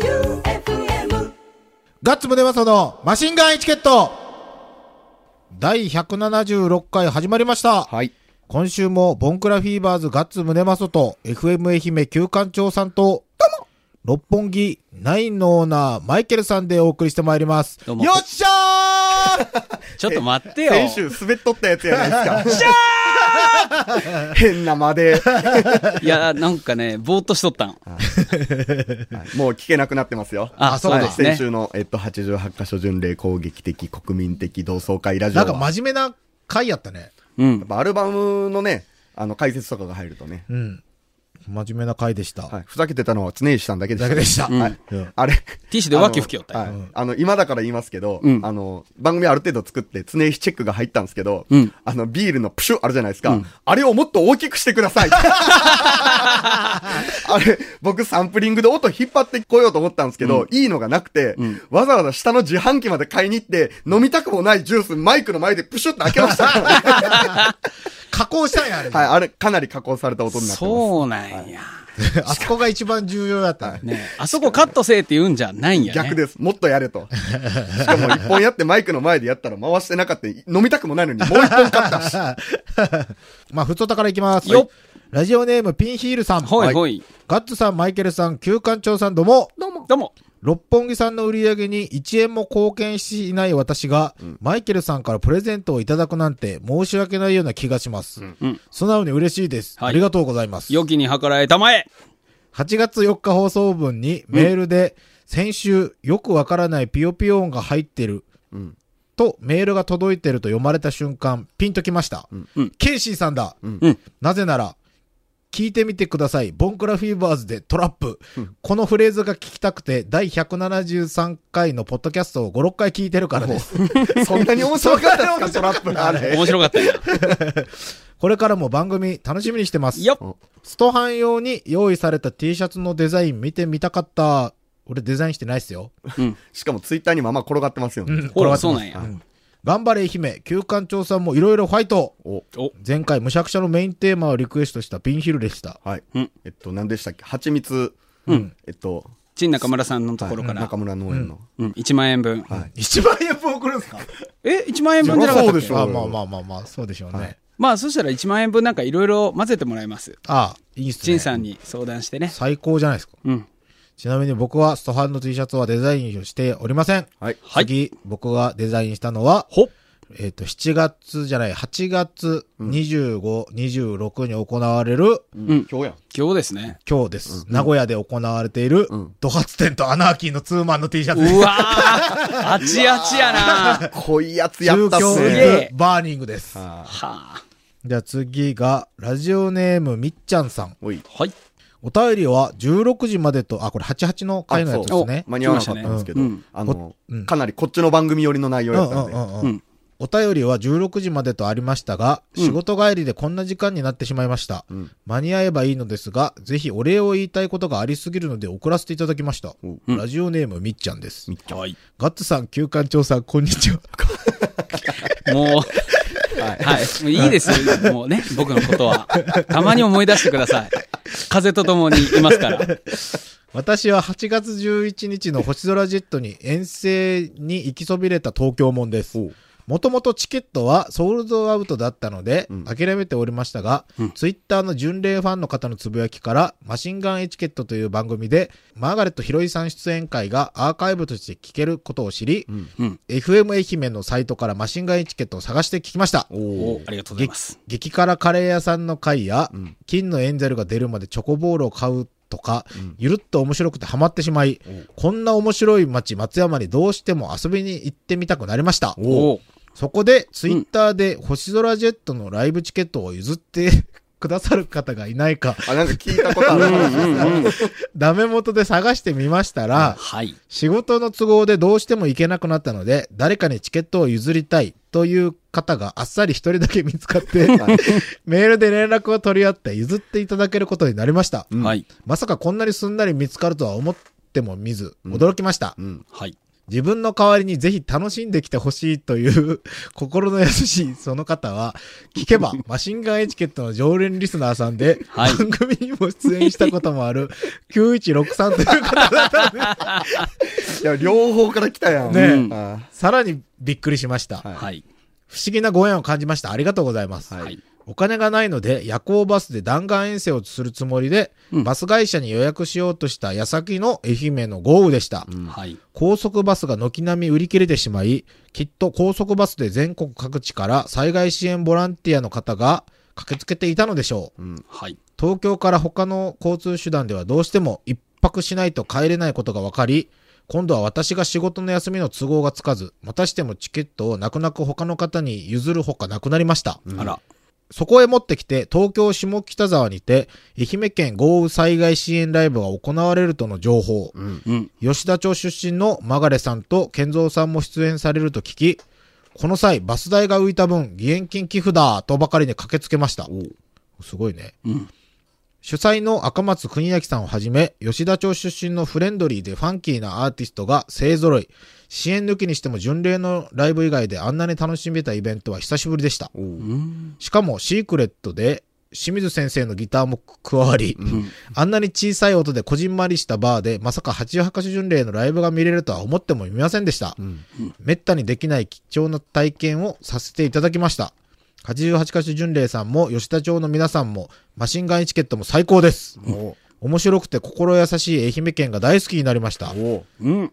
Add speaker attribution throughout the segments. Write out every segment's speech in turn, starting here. Speaker 1: J-O-E-U-F-M
Speaker 2: ガッツムネマソのマシンガンエチケット第176回始まりました。
Speaker 3: はい。
Speaker 2: 今週もボンクラフィーバーズガッツムネマソと FM 愛媛旧館長さんと、六本木ナインのオーナーマイケルさんでお送りしてまいります。
Speaker 3: ど
Speaker 2: よ
Speaker 3: うも
Speaker 2: っしゃー
Speaker 4: ちょっと待ってよ。
Speaker 3: 先週滑っとったやつやな いですか。変な間で、
Speaker 4: いや、なんかね、ぼーっとしとったの。
Speaker 3: もう聞けなくなってますよ。
Speaker 4: あ、そう
Speaker 3: は
Speaker 4: で
Speaker 3: い
Speaker 4: すね
Speaker 3: 先。週の、えっと、88箇所巡礼攻撃的国民的同窓会ラジ
Speaker 2: な
Speaker 3: オ
Speaker 2: ん
Speaker 3: は。
Speaker 2: か真面目な回やったね。
Speaker 4: う
Speaker 3: や
Speaker 4: ん
Speaker 3: っ。ぱアルバムのね、あの、解説とかが入るとね。
Speaker 2: うん。真面目な回でした。
Speaker 3: はい。ふざけてたのは常石さんだけでした。
Speaker 2: だけでした。
Speaker 4: うん
Speaker 3: はい。
Speaker 2: うん
Speaker 3: あれ。
Speaker 4: ティッシュで浮気吹きよったよ
Speaker 3: あのはい。あの、今だから言いますけど、
Speaker 4: うん
Speaker 3: あの、番組ある程度作って、常石チェックが入ったんですけど、
Speaker 4: うん
Speaker 3: あの、ビールのプシュあるじゃないですか。あれをもっと大きくしてくだ さい。あれ、僕サンプリングで音引っ張ってこようと思ったんですけど、いいのがなくて、
Speaker 4: ん
Speaker 3: わざわざ下の自販機まで買いに行って、飲みたくもないジュースマイクの前でプシュって開け ました。は
Speaker 2: 加工したんや、あれ。
Speaker 3: い、あれ、かなり加工された音になってます。
Speaker 4: そうなんや。
Speaker 2: あそこが一番重要やったね。
Speaker 4: ねあそこカットせえって言うんじゃないんやね。
Speaker 3: 逆です。もっとやれと。しかも一本やってマイクの前でやったら回してなかった。飲みたくもないのにもう一本買ったし。
Speaker 2: まあ、ふつおたからいきます。
Speaker 4: よっ
Speaker 2: ラジオネームピンヒールさん。
Speaker 4: ほいほい。
Speaker 2: ガッツさん、マイケルさん、旧館長さんどうも。
Speaker 3: どうも。
Speaker 4: どうも。
Speaker 2: 六本木さんの売り上げに1円も貢献しない私が、マイケルさんからプレゼントをいただくなんて申し訳ないような気がします。
Speaker 4: うん。
Speaker 2: 素直に嬉しいです。
Speaker 4: はい
Speaker 2: ありがとうございます。
Speaker 4: 良きに計らえたまえ。
Speaker 2: 8月4日放送分にメールで、先週よくわからないピヨピヨ音が入ってる、
Speaker 3: ん
Speaker 2: とメールが届いてると読まれた瞬間、ピンときました。
Speaker 4: うん
Speaker 2: ケイシーさんだ、
Speaker 4: うん
Speaker 2: なぜなら、聞いてみてください。ボンクラフィーバーズでトラップ。このフレーズが聞きたくて、第173回のポッドキャストを5、6回聞いてるからです。
Speaker 3: そんなに面白かったですか、トラップのあれ。
Speaker 4: 面白か ったよ。
Speaker 2: これからも番組楽しみにしてます。
Speaker 4: よっ。
Speaker 2: ストハン用に用意された T シャツのデザイン見てみたかった。俺デザインしてないっすよ。
Speaker 3: しかもツイッターにもまあ転がってますよね。
Speaker 4: ほら、そうなんや。
Speaker 2: 頑張れ愛媛、旧館長さんもいろいろファイト
Speaker 3: お、
Speaker 4: お、
Speaker 2: 前回、むしゃくしゃのメインテーマをリクエストしたピンヒルでした。
Speaker 3: はい。
Speaker 4: うん
Speaker 3: えっと、何でしたっけ蜂蜜。
Speaker 4: うん。
Speaker 3: えっと、
Speaker 4: 陳中村さんのところか
Speaker 3: はい
Speaker 4: ら
Speaker 3: 中。村農園の。
Speaker 4: うん。1万円分。
Speaker 3: はい。
Speaker 2: 1万円分送るんすか
Speaker 4: え、1万円分じゃなかった
Speaker 3: そ
Speaker 4: っ
Speaker 3: りゃそうでし
Speaker 4: け
Speaker 3: ょ
Speaker 2: あまあまあまあまあ、そうでしょうね。
Speaker 3: はい
Speaker 4: まあ、そしたら1万円分なんかいろいろ混ぜてもらいます。
Speaker 2: ああ、いいっすね。
Speaker 4: 陳さんに相談してね。
Speaker 2: 最高じゃないですか。
Speaker 4: うん。
Speaker 2: ちなみに僕はストハンの T シャツはデザインをしておりません。
Speaker 3: はい。
Speaker 4: はい
Speaker 2: 次、僕がデザインしたのは、
Speaker 4: ほっ。
Speaker 2: えっ、と、7月じゃない、8月25、26に行われる、
Speaker 4: うん。
Speaker 3: 今日やん。
Speaker 4: 今日ですね。
Speaker 2: 今日です、名古屋で行われている、
Speaker 3: ん
Speaker 2: ドハツテンとアナーキーのツーマンの T シャツです
Speaker 4: うわ ー、あちあちやなは
Speaker 3: 濃いやつや
Speaker 2: 中
Speaker 3: ったっ
Speaker 2: 京
Speaker 3: す
Speaker 4: すげ
Speaker 3: ね。
Speaker 4: え
Speaker 2: イズバーニングです。
Speaker 3: は
Speaker 4: あ。
Speaker 2: じゃあ次が、ラジオネームみっちゃんさん。
Speaker 3: いおい。
Speaker 4: はい。
Speaker 2: お便りは16時までと、あ、これ88の回のやつですね。
Speaker 3: 間に合わなかったんですけど、
Speaker 4: 来まし
Speaker 3: あの、
Speaker 2: うん
Speaker 3: かなりこっちの番組寄りの内容
Speaker 2: うんう
Speaker 3: や
Speaker 2: ん
Speaker 3: ったんで。
Speaker 2: うんう
Speaker 4: うんん。
Speaker 2: お便りは16時までとありましたが、
Speaker 4: うん
Speaker 2: 仕事帰りでこんな時間になってしまいました。
Speaker 3: ん
Speaker 2: 間に合えばいいのですが、ぜひお礼を言いたいことがありすぎるので送らせていただきました。
Speaker 4: うん
Speaker 2: ラジオネームみっちゃんです。
Speaker 4: はい。
Speaker 2: ガッツさん、休館長さん、こんにちは。
Speaker 4: もう、
Speaker 3: はい
Speaker 4: はい。もういいですよ。もうね、僕のことは。たまに思い出してください。風と共にいますから。
Speaker 2: 私は8月11日の星空ジェットに遠征に行きそびれた東京門です。もともとチケットはソールドアウトだったので、
Speaker 3: うん
Speaker 2: 諦めておりましたが、
Speaker 4: うん
Speaker 2: ツイッターの巡礼ファンの方のつぶやきから、マシンガンエチケットという番組で、マーガレット・ヒロイさん出演会がアーカイブとして聞けることを知り、
Speaker 4: うん。
Speaker 2: FM 愛媛のサイトからマシンガンエチケットを探して聞きました。
Speaker 3: お
Speaker 4: お
Speaker 3: ー
Speaker 4: ありがとうございます。
Speaker 2: 激辛カレー屋さんの会や、
Speaker 3: うん
Speaker 2: 金のエンゼルが出るまでチョコボールを買うとか、
Speaker 3: うん
Speaker 2: ゆるっと面白くてハマってしまい、こんな面白い街、松山にどうしても遊びに行ってみたくなりました。
Speaker 3: お
Speaker 4: お
Speaker 2: そこで、ツイッターで星空ジェットのライブチケットを譲ってくださる方がいないか、
Speaker 3: あ、なんか聞いたことある
Speaker 4: うん
Speaker 3: 話ですね。
Speaker 4: うんうん。
Speaker 2: ダメ元で探してみましたら、
Speaker 4: はい。
Speaker 2: 仕事の都合でどうしても行けなくなったので、誰かにチケットを譲りたいという方があっさり一人だけ見つかって、 メールで連絡を取り合って譲っていただけることになりました。
Speaker 3: うん
Speaker 4: はい。
Speaker 2: まさかこんなにすんなり見つかるとは思っても見ず、驚きました。
Speaker 3: うん。
Speaker 4: はい。
Speaker 2: 自分の代わりにぜひ楽しんできてほしいという 心の優しいその方は、聞けばマシンガンエチケットの常連リスナーさんで、
Speaker 4: はい
Speaker 2: 番組にも出演したこともある9163という方だったんで、
Speaker 3: いや、両方から来たやん。
Speaker 2: ねえ
Speaker 3: うんあ
Speaker 2: さらにびっくりしました。
Speaker 3: はい
Speaker 4: はい。
Speaker 2: 不思議なご縁を感じました。ありがとうございます。
Speaker 3: はい
Speaker 4: はい。
Speaker 2: お金がないので夜行バスで弾丸遠征をするつもりで、
Speaker 4: うん
Speaker 2: バス会社に予約しようとした矢先の愛媛の豪雨でした。
Speaker 4: はい。
Speaker 2: 高速バスが軒並み売り切れてしまい、きっと高速バスで全国各地から災害支援ボランティアの方が駆けつけていたのでしょう。
Speaker 4: はい。
Speaker 2: 東京から他の交通手段ではどうしても一泊しないと帰れないことが分かり、今度は私が仕事の休みの都合がつかず、またしてもチケットを泣く泣く他の方に譲るほかなくなりました。
Speaker 4: あら。
Speaker 2: そこへ持ってきて、東京下北沢にて、愛媛県豪雨災害支援ライブが行われるとの情報。
Speaker 4: うん。
Speaker 2: 吉田町出身のマガレさんと健三さんも出演されると聞き、この際、バス代が浮いた分、義援金寄付だとばかりに駆けつけました。すごいね。
Speaker 4: うん。
Speaker 2: 主催の赤松国明さんをはじめ、吉田町出身のフレンドリーでファンキーなアーティストが勢揃い、支援抜きにしても巡礼のライブ以外であんなに楽しめたイベントは久しぶりでした。
Speaker 4: うん。
Speaker 2: しかも、シークレットで、清水先生のギターも加わり、
Speaker 4: うん。
Speaker 2: あんなに小さい音でこじんまりしたバーで、まさか88カ所巡礼のライブが見れるとは思ってもみませんでした。めったにできない貴重な体験をさせていただきました。88カ所巡礼さんも、吉田町の皆さんも、マシンガンエチケットも最高です。面白くて心優しい愛媛県が大好きになりました。
Speaker 3: お
Speaker 4: うん。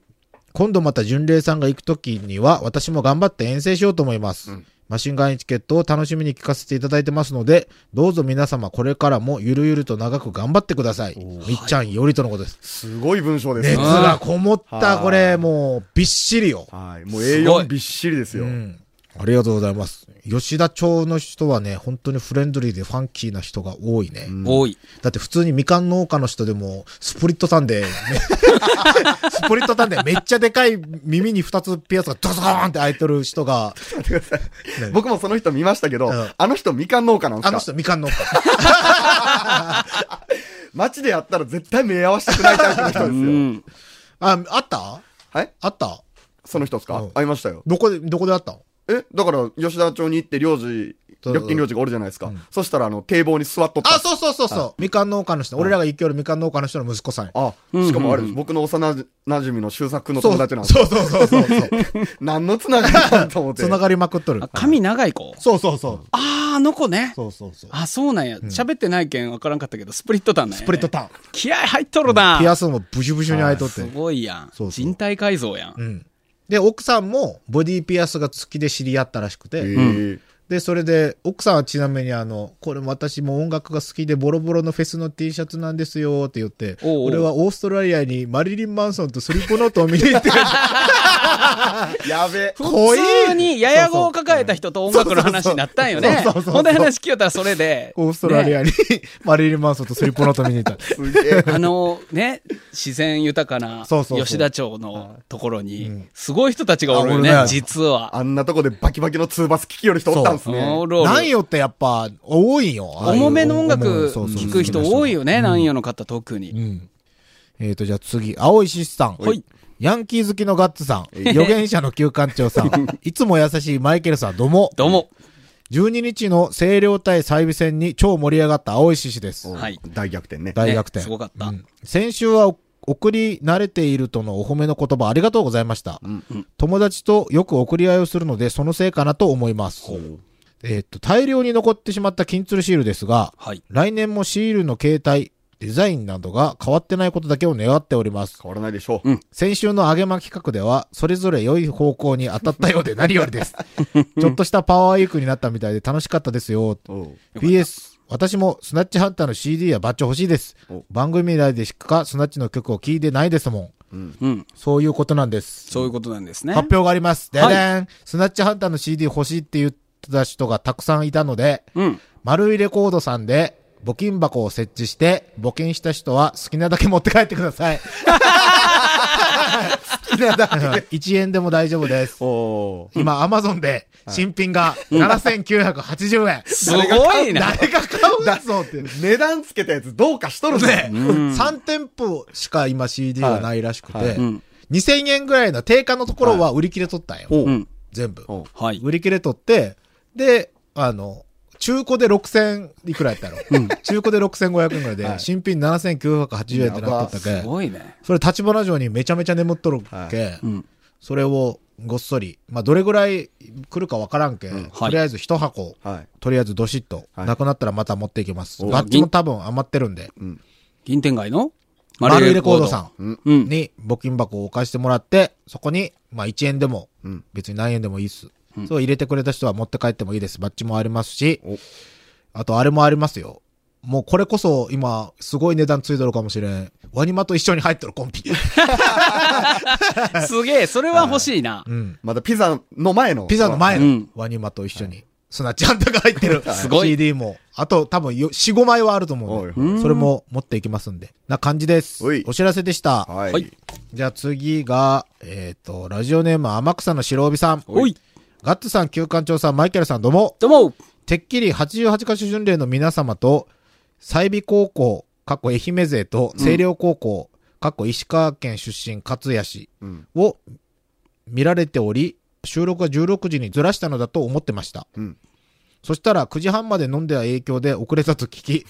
Speaker 2: 今度また巡礼さんが行く時には、私も頑張って遠征しようと思います。マシンガンエチケットを楽しみに聞かせていただいてますので、どうぞ皆様これからもゆるゆると長く頑張ってください。みっちゃんよりとのことです。
Speaker 3: すごい文章です
Speaker 2: 熱
Speaker 3: ね。
Speaker 4: ね
Speaker 2: がこもっ
Speaker 3: は
Speaker 2: た、
Speaker 3: い
Speaker 2: これ、もう、びっしりよ。
Speaker 3: はい。もう
Speaker 4: すごい
Speaker 3: A4 びっしりですよ
Speaker 2: う。ん。ありがとうございます。吉田町の人はね、本当にフレンドリーでファンキーな人が多いね。
Speaker 4: 多い。
Speaker 2: だって普通にみかん農家の人でも、スプリットタンで、ね、 スプリットタンでめっちゃでかい耳に二つピアスがドスコーンって開いてる人が、
Speaker 3: 僕もその人見ましたけど、
Speaker 2: うん
Speaker 3: あの人みかん農家なんで
Speaker 2: あ
Speaker 3: す
Speaker 2: の
Speaker 3: か
Speaker 2: 人みか ん農家。
Speaker 3: 街でやったら絶対目合わせたくないタイプの人
Speaker 4: う
Speaker 3: ですよ。
Speaker 4: ん。
Speaker 2: あ、あった
Speaker 3: はい
Speaker 2: あった
Speaker 3: その人ですか、
Speaker 2: うん
Speaker 3: 会いましたよ。
Speaker 2: どこで、どこであったの
Speaker 3: えだから、吉田町に行って、領事、
Speaker 2: そう
Speaker 3: 緑金領事がおるじゃないですか。そしたら、あの、堤防に座っとった。
Speaker 2: あ、そうそうそうそう。みかん農家の人、俺らが行きよるみかん農家の人の息子さんや。
Speaker 3: あ、しかもあれです。僕の幼馴染みの修作君の友達なんです
Speaker 2: そうそうそうそう そう。
Speaker 3: 何のつながりなんと思って。
Speaker 2: つながりまくっとる
Speaker 4: あ、。髪長い子。
Speaker 2: そうそうそう。
Speaker 4: あー、あの子ね。
Speaker 2: そうそうそう。
Speaker 4: あ、そうなんや。喋ってないけんわからんかったけど、スプリットタンなんや
Speaker 2: ス
Speaker 4: ね。
Speaker 2: プリットタ
Speaker 4: 気合入っとる
Speaker 2: ーン。
Speaker 4: な。
Speaker 2: ピアスもブシュブシュに開いとって
Speaker 4: す。ごいやん。
Speaker 2: そうそう
Speaker 4: 人体改造やん。
Speaker 2: うん。で、奥さんもボディピアスが好きで知り合ったらしくて、
Speaker 3: ええ
Speaker 2: で、それで、奥さんはちなみにあの、これも私も音楽が好きでボロボロのフェスの T シャツなんですよって言って、
Speaker 4: おうおう
Speaker 2: 俺はオーストラリアにマリリン・マンソンとスリップノートを見に行って、
Speaker 3: やべ。
Speaker 2: 濃い
Speaker 4: 普通にやや語を抱えた人と音楽の話になったんよ
Speaker 2: そ
Speaker 4: ね
Speaker 2: うそうそうそうそうそう。
Speaker 4: ほんで話聞いたらそれで。
Speaker 2: オーストラリ
Speaker 4: ね
Speaker 2: アに マリリン・マンソンとスリップノート見に行った。
Speaker 3: すげえ。
Speaker 4: あのね、自然豊かな
Speaker 2: そうそうそう
Speaker 4: 吉田町のところに、すごい人たちがおるよ
Speaker 2: あおる
Speaker 4: ね、
Speaker 2: ね
Speaker 4: 実は。
Speaker 3: あんなとこでバキバキのツーバス聞きよる人おったんですね。
Speaker 4: おるおる
Speaker 2: なんよってやっぱ多いんよ。ああいう
Speaker 4: 重めの音楽
Speaker 2: そうそう
Speaker 4: 聴く人多いよね、南洋の方特に。
Speaker 2: うん。えー、と、じゃあ次、青石さん。
Speaker 4: はい
Speaker 2: ヤンキー好きのガッツさん。予言者の旧館長さ ん。いつも優しいマイケルさん、どうも。
Speaker 4: どうも。
Speaker 2: 12日の清涼対西備戦に超盛り上がった青石氏です。
Speaker 4: はい。
Speaker 3: 大逆転ね。
Speaker 2: 大逆転。
Speaker 4: ねすごかった
Speaker 2: うん先週はお送り慣れているとのお褒めの言葉ありがとうございました。友達とよく送り合いをするので、そのせいかなと思います。えーっと、大量に残ってしまった金鶴シールですが、
Speaker 4: はい。
Speaker 2: 来年もシールの形態、デザインなどが変わってないことだけを願っております。
Speaker 3: 変わらないでしょう。
Speaker 2: 先週の揚げま企画では、それぞれ良い方向に当たったようで何より です。ちょっとしたパワーウィークになったみたいで楽しかったですよ。
Speaker 3: おう
Speaker 2: PS、私もスナッチハンターの CD やバッジ欲しいです
Speaker 3: お。
Speaker 2: 番組内でしかスナッチの曲を聴いてないですもん。
Speaker 4: うん。
Speaker 2: そういうことなんです。
Speaker 4: そういうことなんですね。
Speaker 2: 発表があります。でで
Speaker 4: はい
Speaker 2: ーん。スナッチハンターの CD 欲しいって言ってた人がたくさんいたので、
Speaker 4: うん。
Speaker 2: 丸いレコードさんで、募金箱を設置して、募金した人は好きなだけ持って帰ってください。好きなだけ。1円でも大丈夫です。
Speaker 3: おう
Speaker 2: 今、アマゾンで新品が7980円。
Speaker 4: すごいな。
Speaker 2: 誰が買うんぞって。
Speaker 3: 値段つけたやつどうかしとるね。
Speaker 2: 3店舗しか今 CD がないらしくて、
Speaker 3: はいはい
Speaker 4: うん
Speaker 2: 2000円ぐらいの定価のところは売り切れ取ったんよ。
Speaker 3: ほう。
Speaker 4: うん。
Speaker 2: 全部。
Speaker 3: ほ
Speaker 4: はい。
Speaker 2: 売り切れ取って、で、あの、中古で6000いくらやったろ。中古で6500円ぐらいで、
Speaker 3: はい
Speaker 2: 新品7980円ってなっとったけ
Speaker 4: すごいね。
Speaker 2: それ立花城にめちゃめちゃ眠っとるけ、
Speaker 3: は
Speaker 4: うん。
Speaker 2: それをごっそり、まあ、どれぐらい来るかわからんけ、
Speaker 3: ん
Speaker 4: はい
Speaker 2: とりあえず一箱、
Speaker 3: うはい。
Speaker 2: とりあえずどしっと、
Speaker 3: はい
Speaker 2: なくなったらまた持っていきます。
Speaker 4: お
Speaker 2: ガッチも多分余ってるんで、
Speaker 4: 銀天街の
Speaker 2: 丸入れコードさ
Speaker 3: うん。
Speaker 4: ん。うん。
Speaker 2: に募金箱をお貸してもらって、そこに、まあ、1円でも、
Speaker 3: うん
Speaker 2: 別に何円でもいいっす。そう入れてくれた人は持って帰ってもいいです。バッチもありますし
Speaker 3: お、
Speaker 2: あとあれもありますよ。もうこれこそ今、すごい値段ついとるかもしれん。ワニマと一緒に入っとるコ ンピ。
Speaker 4: すげえ、それは欲しいな。
Speaker 2: うん。
Speaker 3: まだピザの前の。
Speaker 2: ピザの前
Speaker 4: う
Speaker 2: の
Speaker 4: ん
Speaker 2: ワニマと一緒に、スナちゃんとか入ってる
Speaker 4: すごい
Speaker 2: CD も、あと多分よ4、5枚はあると思うんで
Speaker 3: おいお
Speaker 4: い
Speaker 2: それも持っていきますんで、な感じです
Speaker 3: おい。
Speaker 2: お知らせでした。
Speaker 3: は
Speaker 4: はいい。
Speaker 2: じゃあ次が、えっ、と、ラジオネーム天草の白帯さん。
Speaker 4: おい。
Speaker 2: ガッツさん、旧館長さん、マイケルさん、どうも。
Speaker 4: どうも。
Speaker 2: てっきり88カ所巡礼の皆様と、西美高校、かっこ愛媛勢と、清涼高校、かっこ石川県出身、勝谷市
Speaker 3: うん。
Speaker 2: を見られており、収録が16時にずらしたのだと思ってました。
Speaker 3: うん。
Speaker 2: そしたら9時半まで飲んでは影響で遅れたと聞き、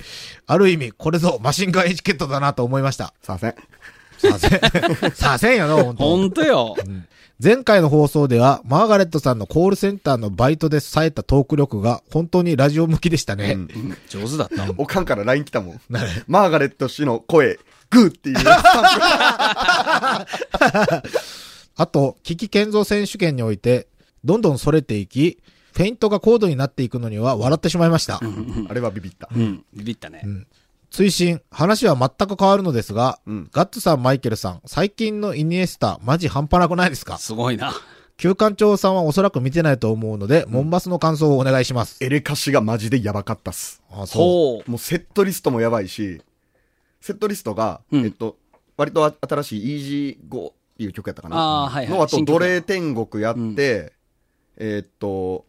Speaker 2: ある意味これぞマシンガンエチケットだなと思いました。
Speaker 3: させん。
Speaker 2: させん。さ せんよな、本当
Speaker 4: ほんとよ。
Speaker 2: 前回の放送では、マーガレットさんのコールセンターのバイトで冴えたトーク力が本当にラジオ向きでしたね。
Speaker 3: うん
Speaker 4: 上手だった。
Speaker 3: おかんから LINE 来たもん。マーガレット氏の声、グーっていう。
Speaker 2: あと、危機健造選手権において、どんどんそれていき、フェイントが高度になっていくのには笑ってしまいました。
Speaker 3: あれはビビった。
Speaker 4: うん。ビビったね。
Speaker 2: 追伸話は全く変わるのですが、
Speaker 3: うん
Speaker 2: ガッツさん、マイケルさん、最近のイニエスタ、マジ半端なくないですか
Speaker 4: すごいな。
Speaker 2: 旧館長さんはおそらく見てないと思うので、モンバスの感想をお願いします。
Speaker 3: エレカシがマジでやばかったっす。
Speaker 2: あ、う。
Speaker 4: ほう。
Speaker 3: もうセットリストもやばいし、セットリストが、
Speaker 4: うん
Speaker 3: えっと、割と新しい e g 5っていう曲やったかな。
Speaker 4: あーはいはい
Speaker 3: の後、
Speaker 4: 新曲
Speaker 3: 奴隷天国やって、
Speaker 4: うん
Speaker 3: えっと、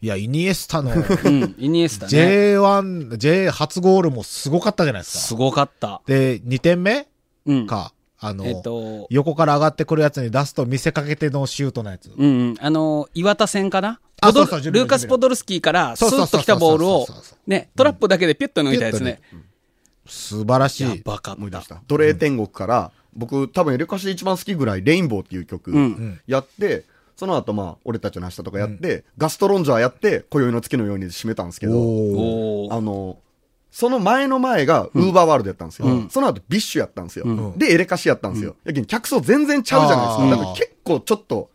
Speaker 2: いや、イニエスタの
Speaker 4: うん。イニエスタね。
Speaker 2: J1、J 初ゴールもすごかったじゃないです
Speaker 4: す
Speaker 2: か。
Speaker 4: ごかった。
Speaker 2: で、2点目
Speaker 4: うん。
Speaker 2: か、あの、
Speaker 4: えっと、
Speaker 2: 横から上がってくるやつに出すと見せかけてのシュートのやつ。
Speaker 4: うんうん。あの、岩田戦かな
Speaker 2: あ
Speaker 4: ポド
Speaker 2: そうそうジュビロ
Speaker 4: ルーカス・ポドルスキーからス
Speaker 2: そうそう
Speaker 4: ッ
Speaker 2: そうそう
Speaker 4: と来たボール
Speaker 2: そ
Speaker 4: を
Speaker 2: うそうそうそう、
Speaker 4: ね、トラップだけでピュッと抜いたやつね。
Speaker 2: 素晴らし
Speaker 4: や
Speaker 2: い。
Speaker 4: ばか
Speaker 3: 思
Speaker 4: っ
Speaker 3: い出
Speaker 4: た
Speaker 3: し。た。奴隷天国から、僕多分エレカシで一番好きぐらい、レインボーっていう曲
Speaker 4: うん
Speaker 3: やって、その後まあ、俺たちの明日とかやって、ガストロンジャーやって、今宵の月のようにで締めたんですけ
Speaker 2: お
Speaker 3: ど、
Speaker 2: おー
Speaker 4: おー
Speaker 3: あの、その前の前がウーバーワールドやったんですよ。
Speaker 4: うん
Speaker 3: その後ビッシュやったんですよ。
Speaker 2: うん
Speaker 3: で、エレカシやったんですよ。やけん客層全然ちゃうじゃないです
Speaker 2: あー
Speaker 3: か。だから結構ちょっと、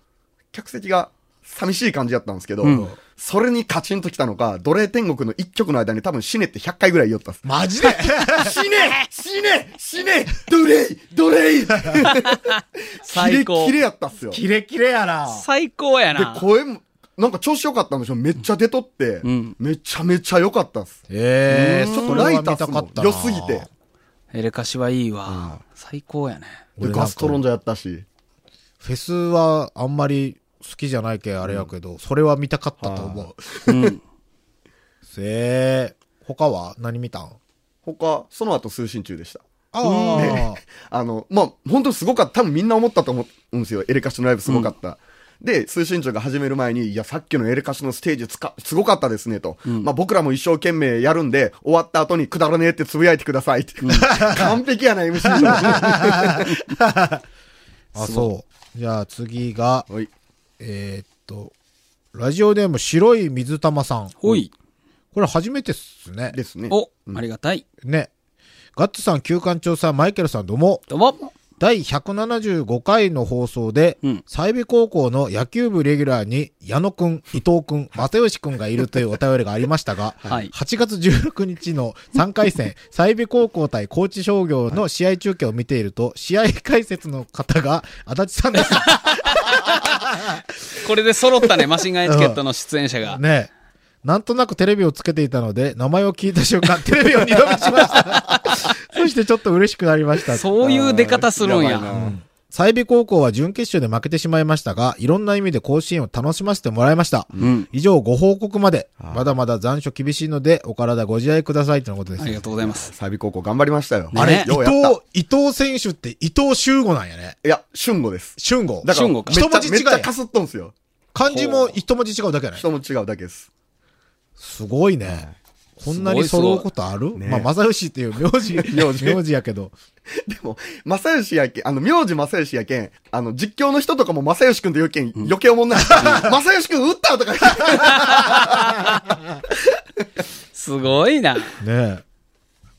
Speaker 3: 客席が寂しい感じやったんですけど、
Speaker 4: うん
Speaker 3: それにカチンときたのか、奴隷天国の一曲の間に多分死ねって100回ぐらい言おったんです。
Speaker 2: マジで
Speaker 3: 死ね死ね死ね奴隷奴 隷
Speaker 4: 最高
Speaker 3: キレキレやったっすよ。で、
Speaker 2: キレキレやな。
Speaker 4: 最高やな。
Speaker 3: 声も、なんか調子良かったんでしょめっちゃ出とって、
Speaker 4: ん
Speaker 3: めちゃめちゃ良かったっす。
Speaker 2: ええー、
Speaker 3: ちょっと
Speaker 2: それは
Speaker 3: ライ
Speaker 2: 見
Speaker 3: タ
Speaker 2: た
Speaker 3: ーっす
Speaker 2: か
Speaker 3: も
Speaker 2: っ
Speaker 3: ん
Speaker 2: たな
Speaker 3: 良すぎて。
Speaker 4: エレカシはいいわ。最高やね。
Speaker 3: で、ガストロンジャーやったし。
Speaker 2: フェスはあんまり好きじゃないけあれやけど、それは見たかったと思う。
Speaker 4: うん。
Speaker 2: せー。他は何見たん
Speaker 3: 他、その後通信中でした。
Speaker 2: ああ、
Speaker 3: あの、まあ、本当にすごかった。多分みんな思ったと思うんですよ。エレカシのライブすごかった。で、通信中が始める前に、いや、さっきのエレカシのステージつか、すごかったですね、と。まあ、僕らも一生懸命やるんで、終わった後にくだらねえってつぶやいてくださいって。 完璧やな、MC。
Speaker 2: あ、そう。じゃあ次が、
Speaker 3: おい。
Speaker 2: えーっと、ラジオネーム白い水玉さん。
Speaker 4: ほい。
Speaker 2: これ初めてっすね。
Speaker 3: ですね。
Speaker 4: お、ありがたい。
Speaker 2: ね。ガッツさん、旧館長さん、マイケルさん、どうも。
Speaker 4: どうも。
Speaker 2: 第175回の放送で、
Speaker 4: うん
Speaker 2: 西美高校の野球部レギュラーに矢野くん、伊藤くん、又吉くんがいるというお便りがありましたが、
Speaker 4: はい
Speaker 2: 8月16日の3回 戦、西美高校対高知商業の試合中継を見ていると、試合解説の方が足立さんです。
Speaker 4: これで揃ったね、マシンガンエチケットの出演者が。
Speaker 2: ねえなんとなくテレビをつけていたので、名前を聞いた瞬間、テレビを二 度見しました。そしてちょっと嬉しくなりました。
Speaker 4: そういう出方するんや。
Speaker 3: ばいな
Speaker 2: 済美高校は準決勝で負けてしまいましたが、いろんな意味で甲子園を楽しませてもらいました。
Speaker 4: ん
Speaker 2: 以上ご報告まで。まだまだ残暑厳しいので、お体ご自愛くださいとのことです。
Speaker 4: ありがとうございます。
Speaker 3: サビ高校頑張りましたよ。
Speaker 4: ね
Speaker 2: あれ、
Speaker 3: ようやった。
Speaker 2: 伊藤、伊藤選手って伊藤修吾なんやね。
Speaker 3: いや、春吾です。
Speaker 2: 俊吾。
Speaker 3: だから、め
Speaker 4: 俊吾
Speaker 3: っ
Speaker 4: か
Speaker 3: ち
Speaker 2: 一
Speaker 3: ゃ、
Speaker 2: 文字違い
Speaker 3: めっちゃかすっとんすよ。
Speaker 2: 漢字も一文字違うだけやね。
Speaker 3: 人も違うだけです。
Speaker 2: すごいね。こんなに揃うことある
Speaker 3: ごいね
Speaker 2: まあ、正義っていう名字、名
Speaker 3: 名
Speaker 2: 字
Speaker 3: 字
Speaker 2: やけど。
Speaker 3: でも、正義やけん、あの、名字正義やけん、あの、実況の人とかも正義くんって言うけん、余計おもんない。正義くん打ったとか言って
Speaker 4: すごいな。
Speaker 2: ねえ。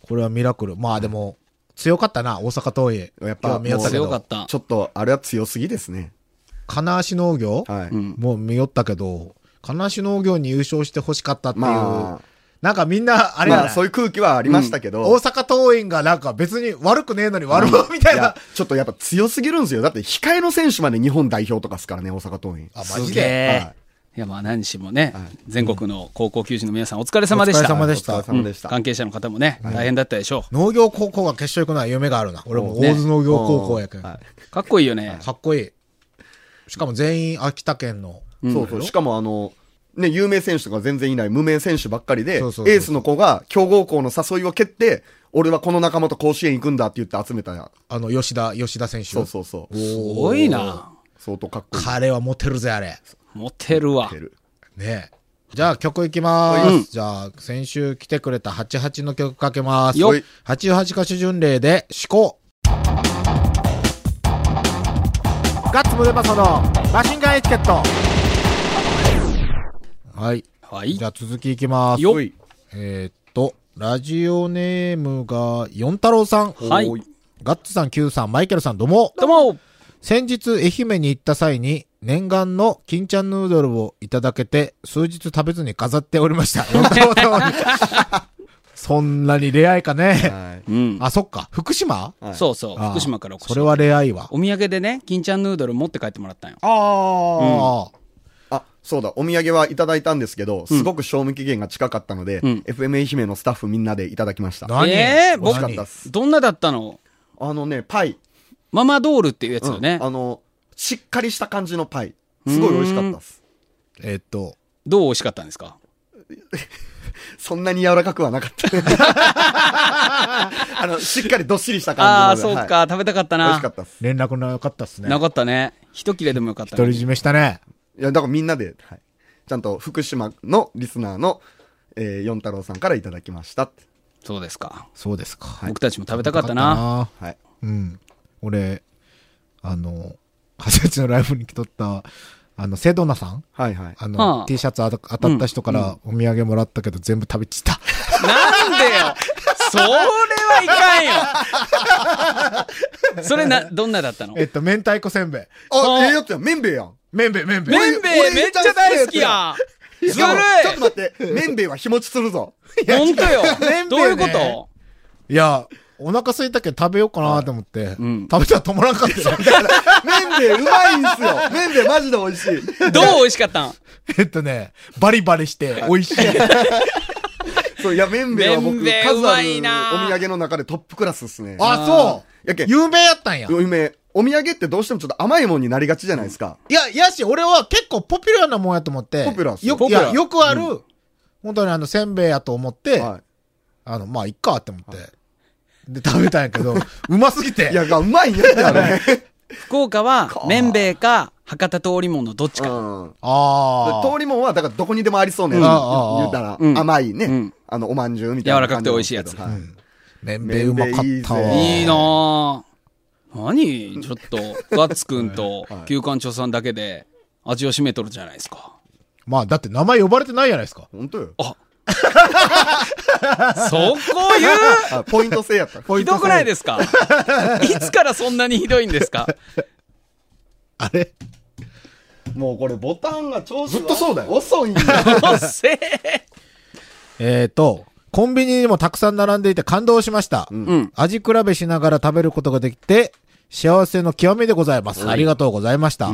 Speaker 2: これはミラクル。まあでも、強かったな、大阪桐蔭。
Speaker 3: やっぱ
Speaker 2: 今日見よったけ
Speaker 4: 強か
Speaker 2: ど
Speaker 4: っ。た
Speaker 3: ち。ょっと、あれは強すぎですね。
Speaker 2: 金足農業、
Speaker 3: はい。
Speaker 4: うん。
Speaker 2: もう見よったけど、金足農業に優勝してほしかったっていう。
Speaker 3: まあ
Speaker 2: なんかみんな、あれやな、
Speaker 3: まあ、そういう空気はありましたけど、
Speaker 2: 大阪桐蔭がなんか別に悪くねえのに悪者みたい
Speaker 3: い
Speaker 2: な
Speaker 3: や。、ちょっとやっぱ強すぎるんですよ。だって、控えの選手まで日本代表とかですからね、大阪桐蔭。
Speaker 2: あ、マ
Speaker 4: す
Speaker 2: ジで。
Speaker 4: げ
Speaker 3: は
Speaker 4: え
Speaker 3: い。
Speaker 4: いや、まあ何しもね
Speaker 3: はい、
Speaker 4: 全国の高校球児の皆さんお疲れ様でし
Speaker 2: お疲れ
Speaker 4: た
Speaker 2: 様。でした
Speaker 3: お疲れ様でした。
Speaker 4: 関係者の方もね、大変だったでしょ
Speaker 2: 農業高校が決勝行くのは夢があるな。俺も大津農業高校やけん。
Speaker 3: は
Speaker 4: う。かっこいいよね。
Speaker 2: かっこいい。しかも全員秋田県の。
Speaker 3: いそうそう。しかもあの、ね、有名選手とか全然いない無名選手ばっかりで、エ
Speaker 2: そうそうそう
Speaker 3: ースの子が強豪校の誘いを蹴って、俺はこの仲間と甲子園行くんだって言って集めたや。
Speaker 2: あの、吉田、吉田選手。
Speaker 3: そうそうそう。
Speaker 4: すごいな。
Speaker 3: 相当かっこいい。
Speaker 2: 彼はモテるぜ、あれ。
Speaker 4: モテるわ
Speaker 3: 蹴。る
Speaker 2: ねえ。じゃあ曲いきます。
Speaker 4: うん
Speaker 2: じゃあ、先週来てくれた88の曲かけます。
Speaker 4: よっ
Speaker 2: 88歌手巡礼で思考。ガッツムデパソのマシンガンエチケット。はい。
Speaker 4: はい
Speaker 2: じ。ゃあ続きいきます。
Speaker 4: よっ
Speaker 3: おい
Speaker 2: えーっと、ラジオネームが、四太郎さん。
Speaker 4: はい
Speaker 2: おガッツさん、Q さん、マイケルさん、どうも。
Speaker 4: どうも
Speaker 2: 先日、愛媛に行った際に、念願の金ちゃんヌードルをいただけて、数日食べずに飾っておりま した。四太郎さんはそんなに恋愛かね。
Speaker 3: は
Speaker 4: うん。
Speaker 2: あ、そっか。福島
Speaker 3: い。。
Speaker 4: そううそう。
Speaker 2: あー
Speaker 4: 福島からお越し
Speaker 2: それは恋愛は。
Speaker 4: お土産でね、金ちゃんヌードル持って帰ってもらったんよ。
Speaker 3: あ
Speaker 2: ああ。
Speaker 3: あ。あ、そうだ。お土産はいただいたんですけど、すごく賞味期限が近かったので、
Speaker 4: うん
Speaker 3: FM 愛媛のスタッフみんなでいただきました。
Speaker 2: 何
Speaker 4: え
Speaker 2: 何
Speaker 4: ー僕
Speaker 3: かったっす
Speaker 4: どんなだったの
Speaker 3: あのね、パイ。
Speaker 4: ママドールっていうやつよ
Speaker 3: う
Speaker 4: ね
Speaker 3: ん。あの、しっかりした感じのパイ。すごい美味しかったです。
Speaker 2: えーっと、
Speaker 4: どう美味しかったんですか
Speaker 3: そんなに柔らかくはなかった。あの、しっかりどっしりした
Speaker 4: あ
Speaker 3: 感
Speaker 4: あー、
Speaker 3: じの
Speaker 4: そ
Speaker 3: で。
Speaker 4: うか。食べたかった
Speaker 3: はい。美味
Speaker 4: な
Speaker 3: しか。ったです。
Speaker 2: 連絡なかったっすね。
Speaker 4: なかったね。一切れでもよかった
Speaker 2: 独
Speaker 4: ね。
Speaker 2: り占めしたね。
Speaker 3: いや、だからみんなで、はい、ちゃんと福島のリスナーの、えー、四太郎さんからいただきましたって。
Speaker 4: そうですか。
Speaker 2: そうですか。
Speaker 4: 僕たちも食べたかったな。。
Speaker 3: はい。
Speaker 2: うん。俺、あの、ハセチのライブに来とった、あの、セドナさん
Speaker 3: はいはい。
Speaker 2: あの、
Speaker 4: はあ
Speaker 2: T シャツあた当たった人からお土産もらったけど、全部食べちった。
Speaker 4: なんでよそれはいかんよそれな、どんなだったの
Speaker 2: えっと、明太子せんべい。
Speaker 4: そう
Speaker 3: あ、ええやつやん。めんべいやん。
Speaker 2: めんべい、めんべい。
Speaker 4: めんべいめっちゃ大好きやずるい
Speaker 3: しかもちょっと待って、めんべいは日持ちするぞ。
Speaker 4: ほんとよ
Speaker 2: めんべいね
Speaker 4: どういうこと
Speaker 2: いや、お腹空いたけど食べようかなと思って、
Speaker 4: ん
Speaker 2: 食べたら止まらんかった よ。
Speaker 3: めんべいうまいんすよ。めんべいマジで美味しい。
Speaker 4: どう美味しかったん
Speaker 2: えっとね、バリバリして、美味 しい。
Speaker 3: そういや、めんべいは
Speaker 4: めん
Speaker 3: 僕、
Speaker 4: べい
Speaker 3: 数
Speaker 4: う
Speaker 3: あ
Speaker 4: ま
Speaker 3: る
Speaker 4: いな
Speaker 3: お土産の中でトップクラスっすね。
Speaker 2: あ、そ
Speaker 3: やけ、
Speaker 2: うん有名やったんや。
Speaker 3: 夢、お土産ってどうしてもちょっと甘いもんになりがちじゃないですか。
Speaker 2: いや、いやし、俺は結構ポピュラーなもんやと思って。
Speaker 3: ポピュラーっすよ
Speaker 2: よく
Speaker 4: ポ
Speaker 2: い
Speaker 4: ピュラー
Speaker 2: や、よくある、本当にあの、せんべいやと思って、
Speaker 3: は
Speaker 2: あの、まあ、いっかって思って。で、食べたんやけ ど、うますぎて。
Speaker 3: い。いや、がうまいんやってあ れ。
Speaker 4: 福岡は、めんべいか、博多通りもんのどっち
Speaker 3: う
Speaker 4: か。
Speaker 3: ん。
Speaker 2: ああ。
Speaker 3: 通りもんは、だからどこにでもありそうね。
Speaker 2: うん
Speaker 3: 言
Speaker 2: ああ
Speaker 3: うたら
Speaker 4: う、ん
Speaker 3: 甘いね、
Speaker 4: うん
Speaker 3: あの、おまんじゅうみたいな。
Speaker 4: 柔らかくて美味しいやつ
Speaker 3: は
Speaker 2: めんべいうまかったわ。
Speaker 3: めんべい
Speaker 4: いいなぁ。何ちょっと、ガッツくんと、旧館長さんだけで、味を占めとるじゃないですか。
Speaker 2: まあ、だって名前呼ばれてないじゃないですか。
Speaker 3: 本当よ。
Speaker 4: あそこ言う
Speaker 3: あポイント制やった。ポイ
Speaker 4: ひ
Speaker 3: ント
Speaker 4: ど
Speaker 3: 制
Speaker 4: くないですか いつからそんなにひどいんです か
Speaker 2: あれ
Speaker 3: もうこれボタンが調子ずっとそうだよ。遅いんだ
Speaker 4: おっせー
Speaker 2: えーと、コンビニにもたくさん並んでいて感動しました。
Speaker 4: うん。
Speaker 2: 味比べしながら食べることができて、幸せの極みでございます。ありがとうございました。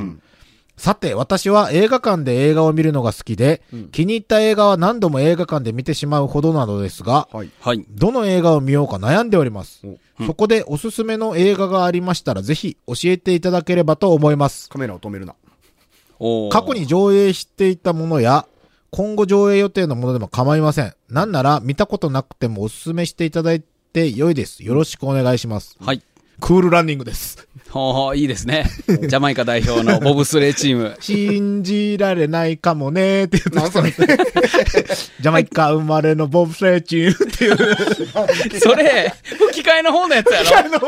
Speaker 2: さて、私は映画館で映画を見るのが好きで、気に入った映画は何度も映画館で見てしまうほどなのですが、
Speaker 3: はい。
Speaker 4: はい。
Speaker 2: どの映画を見ようか悩んでおります
Speaker 3: お。
Speaker 2: そこでおすすめの映画がありましたら、ぜひ教えていただければと思います。
Speaker 3: カメラを止めるな。
Speaker 4: おー
Speaker 2: 過去に上映していたものや、今後上映予定のものでも構いません。なんなら見たことなくてもおすすめしていただいて良いです。よろしくお願いします。
Speaker 4: はい。
Speaker 2: クールランニングです。
Speaker 4: おーいいですね。ジャマイカ代表のボブスレーチーム。
Speaker 2: 信じられないかもねーって言
Speaker 3: な
Speaker 2: っ
Speaker 3: ん
Speaker 2: て
Speaker 3: そ れ。
Speaker 2: ジャマイカ生まれのボブスレーチームっていう。
Speaker 4: それ、吹き替えの方のやつやろ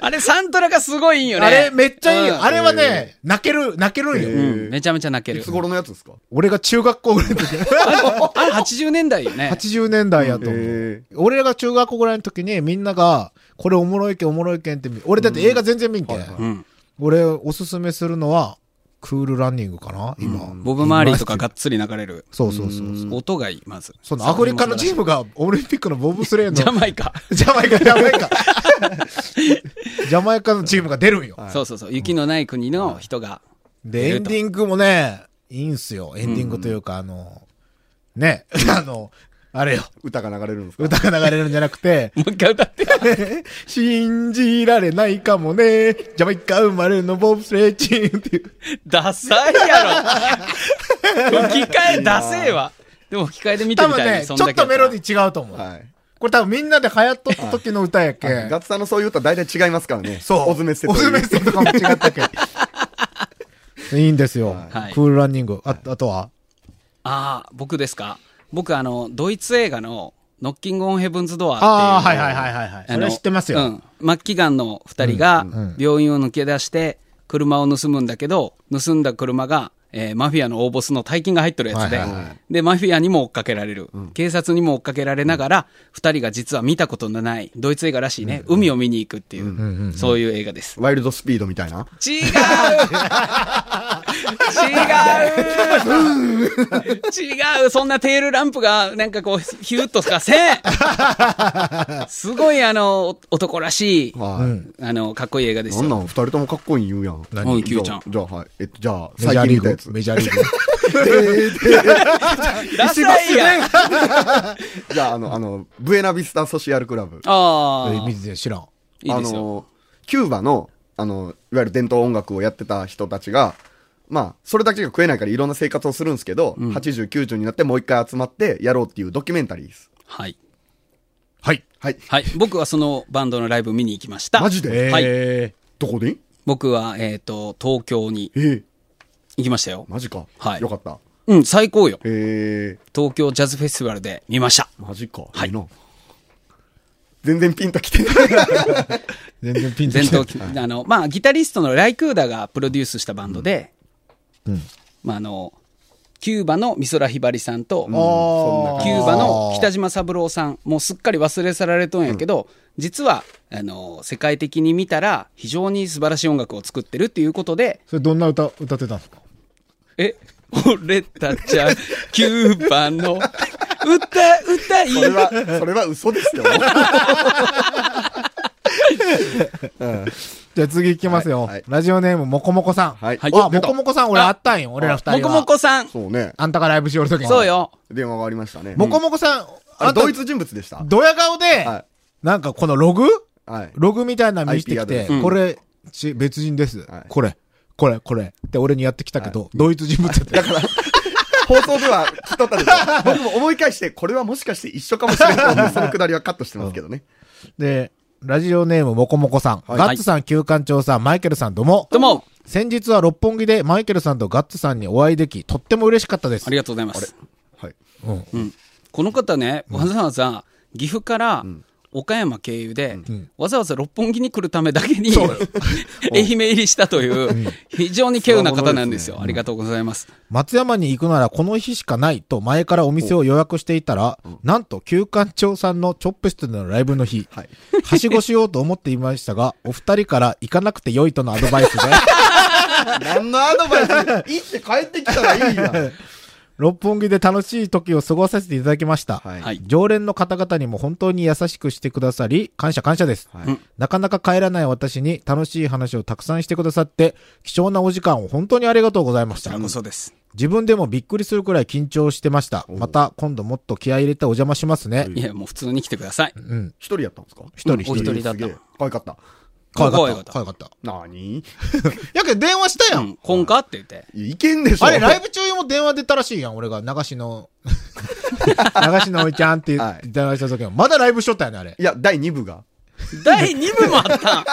Speaker 4: あれ、サントラがすごいいいよ ね。
Speaker 2: あれめっちゃいい
Speaker 4: うん
Speaker 2: よ。あれはね、泣ける、泣ける
Speaker 3: へ
Speaker 2: ん
Speaker 4: う
Speaker 2: よ。
Speaker 3: ー
Speaker 4: んめちゃめちゃ泣け
Speaker 3: い
Speaker 4: る
Speaker 3: つ。頃のやつですか
Speaker 2: 俺が中学校ぐらいの時。
Speaker 4: ああれ、80年代よね。
Speaker 2: 80年代やと思う。
Speaker 3: へ
Speaker 2: 俺が中学校ぐらいの時にみんなが、これおもろいけんおもろいけんって見、俺だって映画全然見んけ、ん
Speaker 4: うん。
Speaker 2: 俺おすすめするのは、クールランニングかな今、
Speaker 4: ボブ・マーリーとかがっつり流れる。
Speaker 2: そうそうそうそう。
Speaker 4: 音がいい、まず。
Speaker 2: そのアフリカのチームがオリンピックのボブスレーの、
Speaker 4: ジャマイカ。
Speaker 2: ジャマイカ、ジャマイカ。 ジャマイカのチームが出るんよ。
Speaker 4: そうそうそう。雪のない国の人が。
Speaker 2: で、エンディングもね、いいんすよ。エンディングというか、あの、ね、 あの、あれよ、
Speaker 3: 歌が流れるんですか
Speaker 2: 歌が流れるんじゃなくて、
Speaker 4: もう一回歌って。
Speaker 2: 信じられないかもね。ジャマイカ生まれのボブスレーチーンっていう。
Speaker 4: ダサいやろ。吹き替え、ダセえわ。でも吹き替えで見て
Speaker 2: 多
Speaker 4: み
Speaker 2: 分
Speaker 4: たい
Speaker 2: ね、
Speaker 4: ね。
Speaker 2: ち
Speaker 4: そ
Speaker 2: ょっ
Speaker 4: んだけ
Speaker 2: とメロデ
Speaker 4: ィ
Speaker 2: ィー違うと思う。
Speaker 3: はい。
Speaker 2: これ多分みんなで流行っとった時の歌やけん
Speaker 3: ガ。ッツさんのそういう歌大体違いますからね。
Speaker 2: そう。
Speaker 3: オズメッセ
Speaker 2: オズメッセとかも違ったけん。いいんですよ。
Speaker 4: はい
Speaker 2: クールランニング。ああとは
Speaker 4: ああ、僕ですか。僕、あの、ドイツ映画の、ノッキング・オン・ヘブンズ・ドアっていう。
Speaker 2: ああ、はいはいはいはいはい。
Speaker 4: あ
Speaker 2: それ
Speaker 4: の
Speaker 2: は知ってます
Speaker 4: う
Speaker 2: よ。
Speaker 4: ん。末期がんの二人が病院を抜け出して、車を盗むんだけど、盗んだ車が、えーマフィアの大ボスの大金が入ってるやつで
Speaker 2: はいはいは、
Speaker 4: で、マフィアにも追っかけられる。警察にも追っかけられながら、二人が実は見たことのない、ドイツ映画らしいね、海を見に行くっていう、そういう映画です。
Speaker 3: ワイルドスピードみたいな。
Speaker 4: 違う違う違うそんなテールランプが、なんかこう、ヒューッとかせんすごいあの、お男らしい、
Speaker 3: はい。
Speaker 4: あの、かっこいい映画です
Speaker 3: なんな
Speaker 4: よ。
Speaker 3: ん二人ともかっこいい言うやん。
Speaker 2: 何
Speaker 4: おい、キューちゃん。
Speaker 3: じゃあ、はい。えっと、じゃあ、
Speaker 2: メジャー
Speaker 3: 最近
Speaker 2: リ
Speaker 3: 見たや
Speaker 2: ー
Speaker 3: つ
Speaker 2: グ。。メジャーリーグ。
Speaker 4: ダサいやんあ
Speaker 3: じゃあ、あの、あの、ブエナビスタソシアルクラブ。
Speaker 4: あ
Speaker 2: え見てて知らん。
Speaker 4: いいです
Speaker 3: あ
Speaker 4: よ。
Speaker 3: の、キューバの、あの、いわゆる伝統音楽をやってた人たちが、まあ、それだけが食えないからいろんな生活をするんですけど、80、90になってもう一回集まってやろうっていうドキュメンタリーです。
Speaker 4: はい。
Speaker 2: はい。
Speaker 3: はい。
Speaker 4: はい。僕はそのバンドのライブ見に行きました。
Speaker 3: マジで
Speaker 2: えー
Speaker 4: はい
Speaker 3: どこで
Speaker 4: 僕は、えっ、と、東京に
Speaker 3: えー、
Speaker 4: 行きましたよ。
Speaker 3: マジか。
Speaker 4: はい
Speaker 3: よかった。
Speaker 4: うん、最高よ。
Speaker 3: えー、
Speaker 4: 東京ジャズフェスティバルで見ました。
Speaker 3: マジか。
Speaker 4: はい
Speaker 3: な全然ピンときて ない。
Speaker 2: 全然ピンと
Speaker 4: 全
Speaker 2: きて な
Speaker 4: 頭
Speaker 2: い。
Speaker 4: あの、まあ、ギタリストのライクーダがプロデュースしたバンドで、
Speaker 2: ん
Speaker 4: まあ、あの、キューバの美空ひばりさんと、
Speaker 2: あ
Speaker 4: キューバの北
Speaker 2: 島。
Speaker 4: 島三郎さん、もうすっかり忘れ去られとんやけど、実は、あの、世界的に見たら、非常に素晴らしい音楽を作ってるっていうことで、
Speaker 2: それどんな歌、歌ってたんですか
Speaker 4: え、俺た ちは、キューバの、歌、歌い
Speaker 3: それは、それは嘘です よ。
Speaker 2: じゃあ次行きますよ。
Speaker 3: はいはい
Speaker 2: ラジオネーム、もこもこさん。
Speaker 3: はい
Speaker 4: はい
Speaker 2: あ、
Speaker 3: 出
Speaker 2: も
Speaker 3: た
Speaker 2: こもこさん、俺あったんよ。俺ら二人は。
Speaker 4: もこもこさん。
Speaker 3: そうね。
Speaker 2: あんたがライブしよるときに。
Speaker 4: そう。よ。
Speaker 3: 電話がありましたね。
Speaker 2: もこもこさん、
Speaker 3: あ
Speaker 2: あ
Speaker 3: れ
Speaker 2: んた
Speaker 3: 同一人物でした。
Speaker 2: ドヤ顔で、
Speaker 3: は
Speaker 2: なんかこのログ
Speaker 3: い。はい。
Speaker 2: ログみたいなの見してき
Speaker 3: IP アドレ
Speaker 2: て
Speaker 3: スう、
Speaker 2: これ、ち別人です
Speaker 3: はい。
Speaker 2: これ、これ、これ。って俺にやってきたけど、同一人物だった。
Speaker 3: 放送では聞き取ったでしょ。僕も思い返して、これはもしかして一緒かもしれないと思ってそのくだりはカットしてますけどね。
Speaker 2: で、ラジオネームもこもこさん、
Speaker 3: はい
Speaker 2: ガッツさん、旧館長さん、マイケルさん、どうも。
Speaker 4: どうも。
Speaker 2: 先日は六本木でマイケルさんとガッツさんにお会いでき、とっても嬉しかったです
Speaker 4: あり。がとうございます。
Speaker 3: はい。
Speaker 2: うん
Speaker 4: この方ね、わざわざ岐阜から岡山経由で、わざわざ六本木に来るためだけに、 愛媛入りしたという、非常に稀有な方なんですよ。ありがとうございます。
Speaker 2: 松山に行くならこの日しかないと前からお店を予約していたら、なんと旧館長さんのチョップ室でのライブの日、
Speaker 3: はい。
Speaker 2: はしごしようと思っていましたが、 お二人から行かなくて良いとの アドバイスで、
Speaker 3: 何のアドバイス行って帰ってきたらいいやん。
Speaker 2: 六本木で楽しい時を過ごさせていただきました。
Speaker 3: はい。
Speaker 4: はい
Speaker 2: 常連の方々にも本当に優しくしてくださり、感謝感謝です。
Speaker 3: はい
Speaker 4: うん
Speaker 2: なかなか帰らない私に楽しい話をたくさんしてくださって、貴重なお時間を本当にありがとうございまし
Speaker 4: じ
Speaker 2: た
Speaker 4: ゃあ。こそです。
Speaker 2: 自分でもびっくりするくらい緊張してました。また今度もっと気合い入れてお邪魔しますね。
Speaker 4: いや、もう普通に来てください。
Speaker 2: うん。
Speaker 3: 一人やったんですか
Speaker 2: 一
Speaker 4: うん
Speaker 2: 人一
Speaker 4: お一
Speaker 2: 人。
Speaker 4: 人だった
Speaker 3: すげえ可愛かった。
Speaker 2: 可愛
Speaker 4: 可
Speaker 2: か
Speaker 4: 愛
Speaker 2: っ。
Speaker 4: かったた
Speaker 2: 可愛かった。
Speaker 3: なーに
Speaker 2: やけど電話したや
Speaker 4: うんん。。こんかって言って。
Speaker 3: いけんでしょ
Speaker 2: あれ、ライ
Speaker 3: ブ
Speaker 2: ブ中も電話出たらしいやん、俺が。流し の、流しのおいちゃんって
Speaker 3: はい
Speaker 2: 電話した時は。まだライブしとったよね、あれ。
Speaker 3: いや、第2部が。
Speaker 4: 第2部もあったん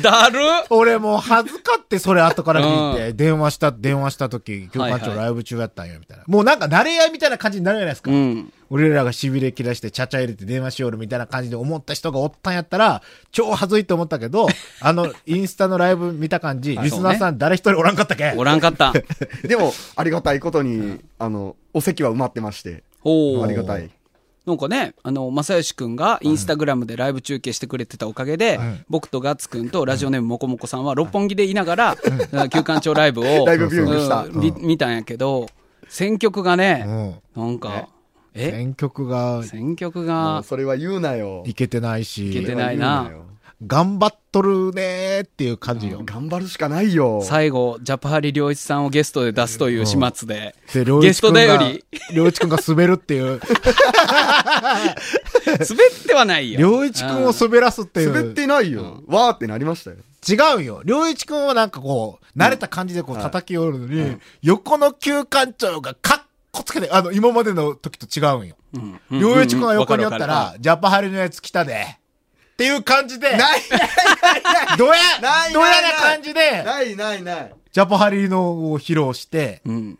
Speaker 4: だる
Speaker 2: 俺もう恥ずかって、それ後から聞いて、電話した、電話した時、今日館
Speaker 4: は
Speaker 2: 長
Speaker 4: いはい
Speaker 2: ライブ中やったんよ、みたいな。もうなんか慣れ合いみたいな感じになるじゃないですか
Speaker 4: う。ん。
Speaker 2: 俺らが痺れ切らして、ちゃちゃ入れて電話しよるみたいな感じで思った人がおったんやったら、超恥ずいと思ったけ ど、あの、インスタのライブ見た感じ、
Speaker 4: はい
Speaker 2: リスナーさん誰一人おらんかったけ
Speaker 4: おらんか った。
Speaker 3: でも、ありがたいことに、あの、お席は埋まってまして、
Speaker 4: お
Speaker 3: あり
Speaker 4: ー
Speaker 3: がたい。
Speaker 4: なんかね、あの、正義くんがインスタグラムでライブ中継してくれてたおかげで、僕とガッツくんとラジオネームもこもこさんは六本木でいながら、あ休館長ライブを、
Speaker 3: ライブビューイングした
Speaker 4: うんみ見たんやけど、選曲がね、
Speaker 2: うん。
Speaker 4: なんか、え
Speaker 2: 選曲が、
Speaker 4: 選曲
Speaker 3: もう
Speaker 4: が、
Speaker 3: それは言うなよ。
Speaker 2: いけてないし。
Speaker 4: いけてないな
Speaker 3: それは言うよ
Speaker 2: 頑張っとるねーっていう感じよ。
Speaker 3: 頑張るしかないよ。
Speaker 4: 最後、ジャパハリ良一さんをゲストで出すという始末で、
Speaker 2: で、りょう
Speaker 4: ゲ
Speaker 2: いち
Speaker 4: ス
Speaker 2: く
Speaker 4: ト
Speaker 2: ん
Speaker 4: だよ
Speaker 2: が
Speaker 4: り、、
Speaker 2: りょういちくんが滑るっていう、
Speaker 4: 滑ってはないよ。
Speaker 2: りょういちくんを滑らすっていう。
Speaker 3: 滑ってないよ。わーってなりましたよ。
Speaker 2: 違うよ。りょういちくんはなんかこう、慣れた感じでこう叩きおるのに、横の旧館長がカッコつけて、あの、今までの時と違うんよ。
Speaker 4: うん
Speaker 2: りょういちくんが横におった、
Speaker 4: うんうんわかるわ
Speaker 2: ら、ジャパハリのやつ来たで。っていう感じで、
Speaker 3: ない
Speaker 2: ドヤ
Speaker 3: ないないない
Speaker 2: ドヤな感じで、
Speaker 3: ないないない。
Speaker 2: ジャパハリのを披露して、
Speaker 4: かるうん。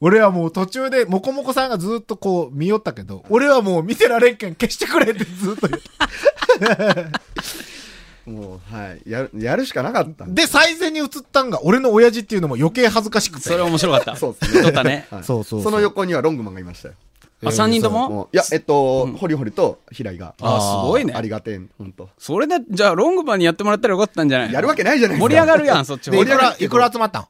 Speaker 2: 俺はもう途中で、もこもこさんがずっとこう見よったけど、俺はもう見てられんけん消してくれってずっと言って。
Speaker 3: もう、はい。やる、やるしかなかった。
Speaker 2: で、最善に映ったんが、俺の親父っていうのも余計恥ずかしくて。
Speaker 4: それ面白かった。
Speaker 3: そうですね
Speaker 4: 撮ったね。
Speaker 3: はい
Speaker 2: そうそうそう
Speaker 3: その横にはロングマンがいましたよ。
Speaker 4: あ、3人と
Speaker 3: も
Speaker 4: も
Speaker 3: ういや、えっと、ホリホリと平井が。
Speaker 4: あ、すごいね
Speaker 3: あ。りがてん、ほんと。
Speaker 4: それで、じゃあ、ロングマンにやってもらったらよかったんじゃない
Speaker 3: やるわけないじゃないですか。
Speaker 4: 盛り上がるやん、そっち
Speaker 2: で、
Speaker 4: も。
Speaker 2: いくら、いくら集まったん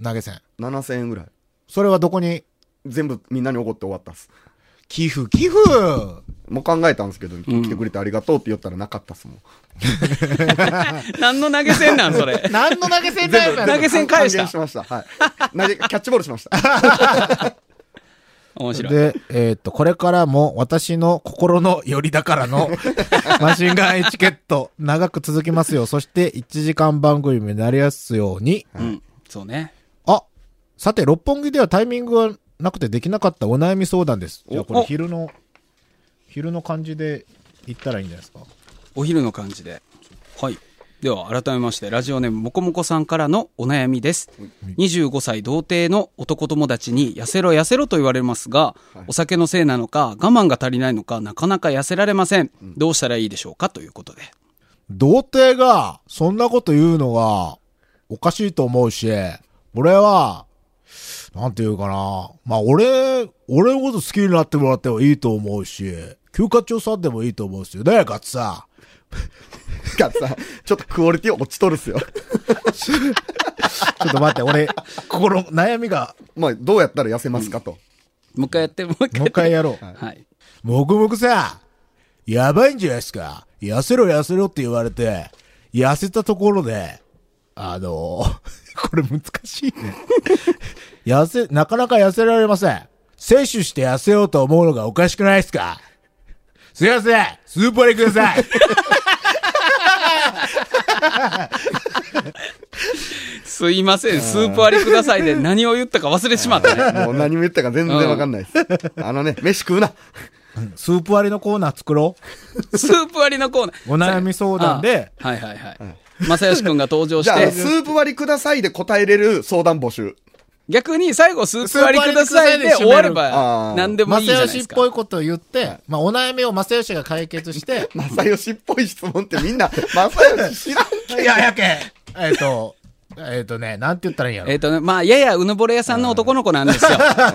Speaker 2: 投げ銭。
Speaker 3: 7000円ぐらい。
Speaker 2: それはどこに
Speaker 3: 全部みんなに怒って終わったっす。
Speaker 2: 寄付、寄付。
Speaker 3: もう考えたんですけど、来てくれてありがとうって言ったらなかったっすもん。
Speaker 4: 何の投げ銭なん、それ
Speaker 2: 何の投げ銭ライブや
Speaker 4: 投げ銭返した
Speaker 3: 還元しました。はい。投げ、 キャッチボールしました。
Speaker 4: 面白い。
Speaker 2: で、えーっと、これからも私の心のよりだから のマシンガンエチケット、長く続きますよ。そして1時間番組になりやすように。
Speaker 4: うん。そうね。
Speaker 2: あ、さて、六本木ではタイミングがなくてできなかったお悩み相談です。
Speaker 4: お
Speaker 2: じゃあこれ
Speaker 4: お
Speaker 2: 昼の、昼の感じで行ったらいいんじゃないですか。
Speaker 4: お昼の感じで。はい。では、改めまして、ラジオネームもこもこさんからのお悩みです。25歳童貞の男友達に、痩せろ痩せろと言われますが、お酒のせいなのか、我慢が足りないのか、なかなか痩せられません。どうしたらいいでしょうかということで。
Speaker 2: 童貞が、そんなこと言うのが、おかしいと思うし、俺は、なんて言うかな。まあ、俺、俺のこと好きになってもらってもいいと思うし、休暇中さんでもいいと思うしよね、ガッツさん。
Speaker 3: がさ、ちょっとクオリティ落ちとるっすよ。
Speaker 2: ちょっと待って、俺、心、悩みが、
Speaker 3: まあ、どうやったら痩せますかと。
Speaker 4: もう一回やって、もう一回
Speaker 2: もう一回やろう。
Speaker 4: やって。はい。
Speaker 2: もくもくさ、やばいんじゃないですか。痩せろ痩せろって言われて、痩せたところで、あの、 これ難しいね。痩せ、なかなか痩せられません。摂取して痩せようと思うのがおかしくないですかすいませんスーパーにください
Speaker 4: すいません、スープ割りくださいで何を言ったか忘れてしまったね。
Speaker 3: もう何も言ったか全然わかんないです。あのね、飯食うな。
Speaker 2: スープ割りのコーナー作ろ
Speaker 4: スープ割りのコーナー。
Speaker 2: う。お悩み相談で、
Speaker 4: あ。はいはいはい。正義くんが登場
Speaker 3: じ
Speaker 4: し
Speaker 3: ゃあ、
Speaker 4: て、
Speaker 3: スープ割りくださいで答えれる相談募集。
Speaker 4: 逆に最後スープ割りくださいで終われば
Speaker 3: あー
Speaker 4: 何でもいいじゃない
Speaker 2: 正
Speaker 4: で
Speaker 2: 義っ
Speaker 4: すか。
Speaker 2: ぽいことを言って、まあ、お悩みを正義が解決して、
Speaker 3: 正義っぽい質問ってみんな、 正義知らんけ
Speaker 2: いや、やけん、えっ、と、えっ、とね、なんて言ったらいいんやろ
Speaker 4: えっ、。とね、まあ、ややうぬぼれ屋さんの男の子なんですよ。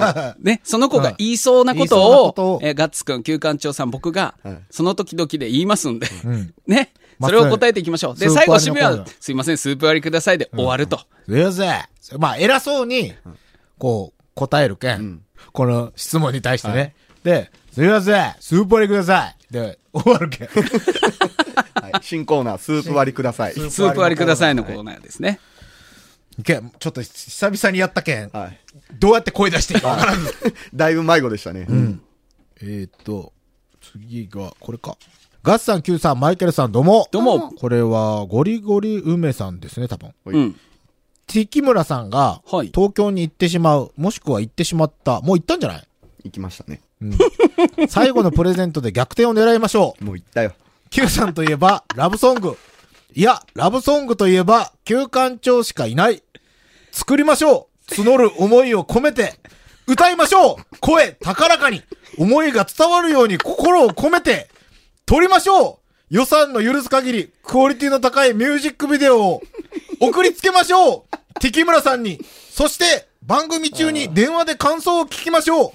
Speaker 4: ね、その子が言いそうなこと
Speaker 2: 言いそうな
Speaker 4: を、
Speaker 2: ことを
Speaker 4: えーガッツくん、旧館長さん、僕が、
Speaker 3: はい
Speaker 4: その時々で言いますんで、ね、それを答えていきましょう。
Speaker 2: ス
Speaker 4: で、
Speaker 2: ー
Speaker 4: 最
Speaker 2: プ
Speaker 4: 後
Speaker 2: 割りのコー
Speaker 4: 締め
Speaker 2: ナー
Speaker 4: は、すいません、スープ割りくださいで終わると。
Speaker 2: すいません。まあ、偉そうに、こう、答えるけん。この質問に対してね。で、すみません、スープ割りください。で、終わるけん。
Speaker 3: はい新コーナー、スープ割りください。
Speaker 4: スープ割りくださいのコーナーですね。
Speaker 2: いけん、ちょっと久々にやったけん、
Speaker 3: はい
Speaker 2: どうやって声出していいかわからん。
Speaker 3: だいぶ迷子でしたね。
Speaker 2: えーっと、次が、これか。ガッサン、キューさん、マイケルさん、どうも。
Speaker 4: どうも
Speaker 2: これは、ゴリゴリ梅さんですね、多分。
Speaker 3: はい
Speaker 4: うん。
Speaker 2: 関村さんが、
Speaker 4: はい
Speaker 2: 東京に行ってしまう、もしくは行ってしまった、もう行ったんじゃない
Speaker 3: 行きましたね。
Speaker 2: 最後のプレゼントで逆転を狙いましょう。
Speaker 3: もう行ったよ。
Speaker 2: Q さんといえば、ラブソング。いや、ラブソングといえば、旧館長しかいない。作りましょう募る思いを込めて、歌いましょう声高らかに思いが伝わるように心を込めて、撮りましょう予算の許す限り、クオリティの高いミュージックビデオを送りつけましょう敵村さんにそして、番組中に電話で感想を聞きましょう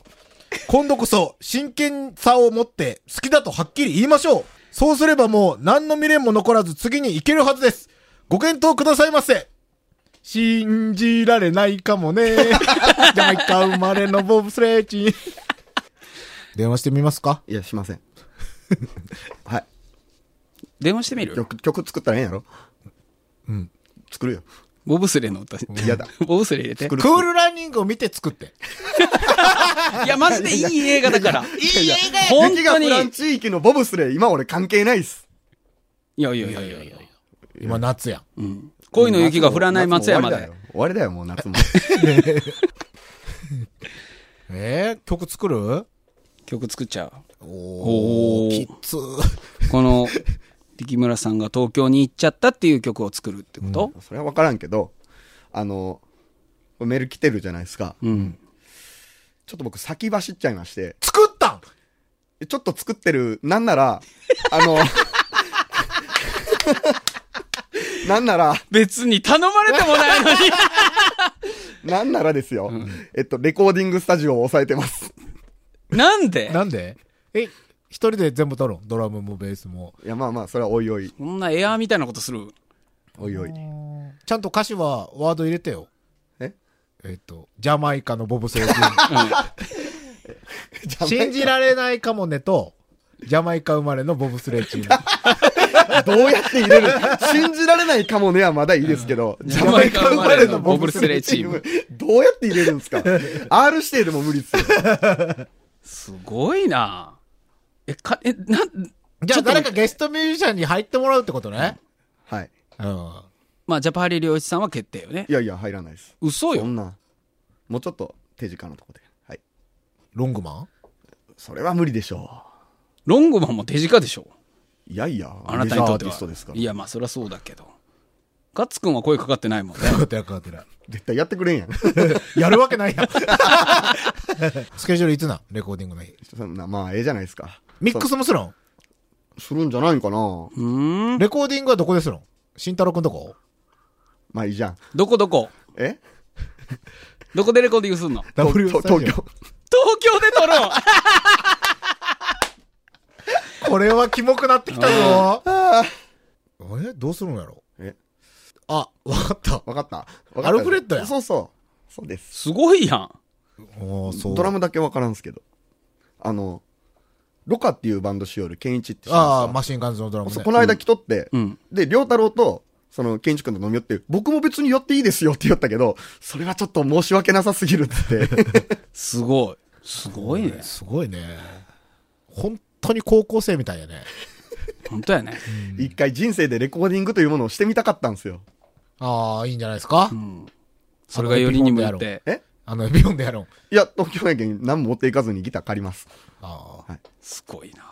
Speaker 2: 今度こそ真剣さを持って好きだとはっきり言いましょう。そうすればもう何の未練も残らず次に行けるはずです。ご検討くださいませ。信じられないかもね。ジャマイカ生まれのボブスレーチ。電話してみますか
Speaker 3: いや、しません。 はい。
Speaker 4: 電話してみる
Speaker 3: 曲、曲作ったらええんやろうん。作るよ。
Speaker 4: ボブスレーの歌。
Speaker 3: 嫌だ。
Speaker 4: ボブスレー入れて
Speaker 3: 作。る
Speaker 2: クールランニングを見て作って。
Speaker 4: いや、マジでいい映画だから。いい映画本
Speaker 3: 雪が
Speaker 4: 当に。
Speaker 3: フ
Speaker 4: い
Speaker 3: ラン地域のボブスレー、今俺関係ないっす。
Speaker 4: やいやいやいやいや。
Speaker 2: 今夏やん。
Speaker 4: うん恋の雪が降らない松山
Speaker 3: 夏
Speaker 4: で
Speaker 3: も。終わりだよ。終わりだよ、もう夏も。
Speaker 2: えー、曲作る
Speaker 4: 曲作っちゃう。
Speaker 2: お
Speaker 4: おー
Speaker 2: きつー。
Speaker 4: この、力村さんが東京に行っちゃったっていう曲を作るってこと
Speaker 3: それは分からんけど、あの、これメール来てるじゃないですか。
Speaker 4: うん。
Speaker 3: ちょっと僕先走っちゃいまして、
Speaker 2: 作ったん
Speaker 3: ちょっと作ってる、なんなら、あの、 なんなら、
Speaker 4: 別に頼まれてもないのに。
Speaker 3: なんならですよ。えっと、レコーディングスタジオを押さえてます。
Speaker 4: なんで
Speaker 2: なんでえ、一人で全部撮るんドラムもベースも。
Speaker 3: いや、まあまあ、それはおいおい、
Speaker 4: こんなエアーみたいなことする。
Speaker 3: おいおい。
Speaker 2: ちゃんと歌詞はワード入れてよ。
Speaker 3: え
Speaker 2: えっ、と、ジャマイカのボブスレーチーム。信じられないかもねと、ジャマイカ生まれのボブスレー チーム。
Speaker 3: どうやって入れる信じられないかもねはまだいいですけど、ジ
Speaker 4: ャマイカ生まれのボブスレーチーム。
Speaker 3: どうやって入れるんですか ?R 指定でも無理っすよ。
Speaker 4: すごいなえ、か、え、
Speaker 2: じゃ
Speaker 4: な、ちょ
Speaker 2: あ
Speaker 4: っと
Speaker 2: 誰かゲストミュージシャンに入ってもらうってことね。
Speaker 3: はい。
Speaker 2: うん。
Speaker 4: まあ、ジャパハリ良一さんは決定よね
Speaker 3: い。やいや、入らないです。
Speaker 4: 嘘
Speaker 3: そ
Speaker 4: よ
Speaker 3: ん。な、もうちょっと手近なとこで。はい。
Speaker 2: ロングマン
Speaker 3: それは無理でしょ
Speaker 4: ロングマンも手近でしょ。
Speaker 3: う。いやいや、
Speaker 4: あな
Speaker 3: メ
Speaker 4: たにとって
Speaker 3: ジャーアーティ
Speaker 4: は
Speaker 3: ストです。から
Speaker 4: い。や、まあ、そりゃそうだけど。ガッツくんは声かかってないもん ね。
Speaker 2: かかってないかかってない。
Speaker 3: 絶対やってくれんやん。
Speaker 2: やるわけないやん。スケジュールいつなんレコーディングの日。
Speaker 3: そんなまあ、ええじゃないですか。
Speaker 2: ミックスもするん
Speaker 3: するんじゃないんかな
Speaker 4: うーん。
Speaker 2: レコーディングはどこでするん慎太郎くんとこ
Speaker 3: まあいいじゃん。
Speaker 4: どこどこ
Speaker 3: え
Speaker 4: どこでレコーディングすんの
Speaker 3: とと東京。
Speaker 4: 東京で撮ろう
Speaker 2: これはキモくなってきたぞ。えどうするんやろ
Speaker 3: え
Speaker 2: あ、わかった。
Speaker 3: わかった。わかった
Speaker 2: アルフレッドや
Speaker 3: そうそう。そうです。
Speaker 4: すごいやん。
Speaker 2: おーそう。
Speaker 3: ドラムだけわからんすけど。あの、ロカっていうバンドしよる、ケンイチって知って
Speaker 2: ああ、
Speaker 3: ま
Speaker 2: マシンガンズのドラム
Speaker 3: すか
Speaker 2: ね
Speaker 3: そうこ。の間来とって、
Speaker 4: うん。
Speaker 3: で、りょうたろうと、その、ケンイチ君と飲み寄って、僕も別に寄っていいですよって言ったけど、それはちょっと申し訳なさすぎるっつって。
Speaker 4: すごい。すごいね。
Speaker 2: すごいね。本当に高校生みたいやね。
Speaker 4: 本当やね。
Speaker 3: 一回人生でレコーディングというものをしてみたかったんですよ。
Speaker 2: ああ、いいんじゃないですか、
Speaker 4: うん。それがよりにもよって。
Speaker 3: え
Speaker 2: あの、エピオンでやろう。
Speaker 3: いや、東京やけん何も持っていかずにギター借ります。
Speaker 2: ああ。
Speaker 4: すごいな。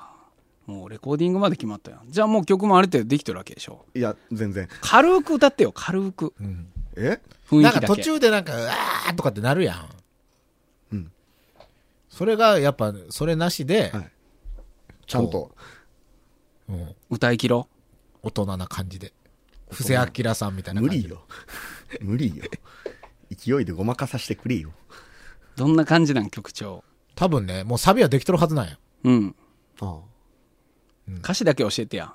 Speaker 4: もうレコーディングまで決まったやん。じゃあもう曲もある程度できてるわけでしょ。
Speaker 3: いや、全然。
Speaker 4: 軽く歌ってよ、軽く。
Speaker 3: え
Speaker 4: 雰囲気
Speaker 2: な
Speaker 4: だ
Speaker 2: ん
Speaker 4: け。
Speaker 2: か途中でなんか、うわーとかってなるやん。うん。それが、やっぱ、それなしで、
Speaker 3: はいちゃんと。
Speaker 2: うん、
Speaker 4: 歌い切ろう。
Speaker 2: 大人な感じで。布施明さんみたいな
Speaker 3: 無
Speaker 2: 感じ
Speaker 3: 理
Speaker 2: で。
Speaker 3: よ。無理よ。勢いでごまかさしてくれよ。
Speaker 4: どんな感じなん、曲調。
Speaker 2: 多分ね、もうサビはできとるはずなんや。
Speaker 4: うん。
Speaker 3: ああ
Speaker 4: 歌詞だけ教えてや。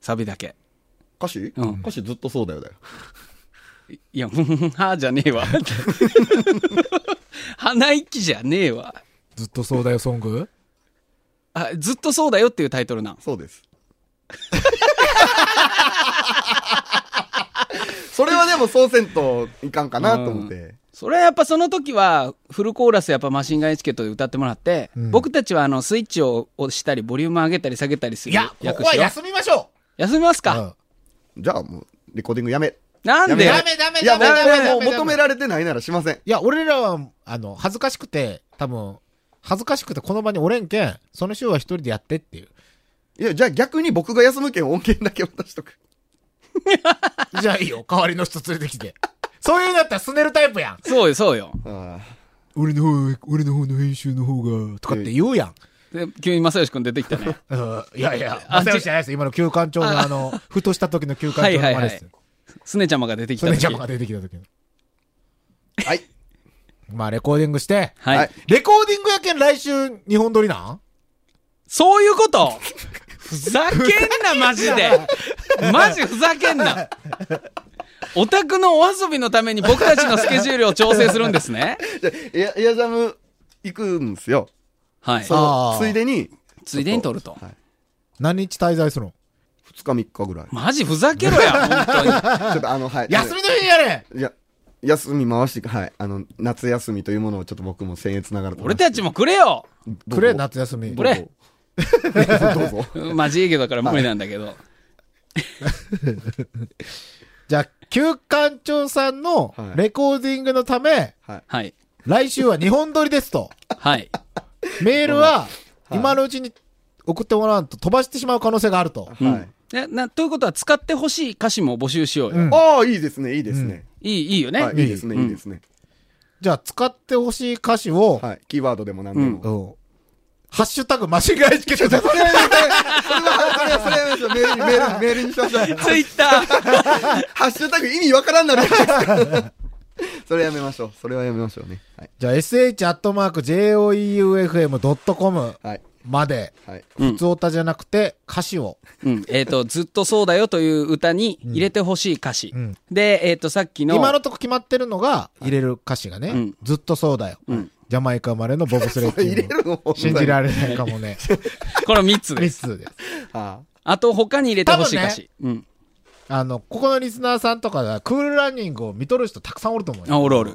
Speaker 4: サビだけ。
Speaker 3: 歌詞、
Speaker 4: うん
Speaker 3: 歌詞ずっとそうだよだよ。
Speaker 4: いや、ふんふんはーじゃねえわ。 鼻息じゃねえわ。
Speaker 5: ずっとそうだよ、ソング。
Speaker 4: あ、ずっとそうだよっていうタイトルなん。
Speaker 3: そう です。それはでもそうせんといかんかなと思って。
Speaker 4: それはやっぱその時は、フルコーラスやっぱマシンガンエチケットで歌ってもらって、僕たちはあの、スイッチを押したり、ボリューム上げたり下げたりする
Speaker 2: いや、ここは
Speaker 4: よ
Speaker 2: 休みましょ
Speaker 4: 休みます
Speaker 2: う
Speaker 4: か、
Speaker 3: じゃあもう、レコーディングやめ。
Speaker 4: なんで
Speaker 2: やめダメダメ
Speaker 3: いや、もう
Speaker 2: ダメダメダメ
Speaker 3: もう求められてないならしません。
Speaker 2: いや、俺らは、あの、恥ずかしくて、多分、恥ずかしくてこの場におれんけん、その週は一人でやっ てっていう。
Speaker 3: いや、じゃあ逆に僕が休む券音源だけ渡しとく。
Speaker 2: じゃあいいよ、代わりの人連れてきて。そういうのだったらすねるタイプやん。
Speaker 4: そうよ、そうよ。
Speaker 3: ああ
Speaker 5: 俺の方、俺の方の編集の方が、と
Speaker 2: とかって言うやん。
Speaker 4: で急に正義君出てき たね。
Speaker 2: うんいやいや、
Speaker 4: あ
Speaker 2: 正義じゃないですよ。今の休館長のあの、ふとした時の休館長のあれですよ。
Speaker 4: すねちゃまが出てき
Speaker 2: そ
Speaker 4: た
Speaker 2: れ
Speaker 4: 時。
Speaker 2: でジャムが出てきた時の。
Speaker 3: はい。
Speaker 2: まあ、レコーディングして。
Speaker 4: はい、
Speaker 3: はい
Speaker 2: レコーディングやけん来週、日本撮りなん
Speaker 4: そういうことふざけんな、マジで。 マジふざけんな。オタクのお遊びのために僕たちのスケジュールを調整するんです ね。
Speaker 3: じゃあエア、エアジャム行くんですよ。
Speaker 4: はい
Speaker 3: そ。
Speaker 2: あ
Speaker 3: の
Speaker 2: あ
Speaker 3: ついでに、
Speaker 4: ついでに撮ると。
Speaker 3: はい
Speaker 2: 何日滞在するの
Speaker 3: 二日三日ぐらい。
Speaker 4: マジふざけろや、本当に。
Speaker 3: ちょっとあの、はい。
Speaker 2: 休みの日やれ
Speaker 3: いや、休み回していく、はい。あの、夏休みというものをちょっと僕も僭越ながらと。
Speaker 4: 俺たちもくれよ
Speaker 2: くれ、夏休み。
Speaker 4: くれ
Speaker 3: どうぞ。
Speaker 4: マジ営業だから無理なんだけど。
Speaker 2: じゃあ、休館長さんのレコーディングのため、
Speaker 4: はい。
Speaker 2: 来週は日本撮りです と。
Speaker 4: はい。
Speaker 2: メールは、今のうちに送ってもらうと飛ばしてしまう可能性があると。
Speaker 3: はい。
Speaker 4: でなということは、使ってほしい歌詞も募集しようよ。
Speaker 2: うん
Speaker 3: ああ、いいですね、いいですね。
Speaker 4: いい、いいよね。
Speaker 3: はい、いいですね、
Speaker 4: うん
Speaker 3: いいですね。
Speaker 2: じゃあ、使ってほしい歌詞を、
Speaker 3: はい。キーワードでも何でも。
Speaker 2: うんハッシュタグマシンガンエチケットで
Speaker 3: それは、それは、それは、メール、メール、メールにしましょう。
Speaker 4: ツイッター
Speaker 3: ハッシュタグ意味わからん なる。それやめましょう。それはやめましょうね。はい。
Speaker 2: じゃあ、sh.joeufm.com
Speaker 3: はい。
Speaker 2: まで、
Speaker 3: はい。
Speaker 4: うん
Speaker 2: 普通歌じゃなくて歌詞を。
Speaker 4: うん。えっ、と、ずっとそうだよという歌に入れてほしい歌詞。
Speaker 2: ん
Speaker 4: で、えっ、と、さっきの。
Speaker 2: 今のとこ決まってるのが、入れる歌詞がね、
Speaker 4: ん
Speaker 2: ずっとそうだよ、ジャマイカ生まれのボブスレッ
Speaker 3: 入
Speaker 2: ジ
Speaker 3: れ
Speaker 2: ン
Speaker 3: るの
Speaker 2: 信じられないかも ね。
Speaker 4: この3つ
Speaker 2: ミ
Speaker 4: です。
Speaker 2: スです。
Speaker 3: は
Speaker 4: あと、他に入れてほしい歌詞。
Speaker 2: あの、ここのリスナーさんとかが、クールランニングを見とる人たくさんおると思う
Speaker 4: うん。あ、
Speaker 2: よ。
Speaker 4: おるおる。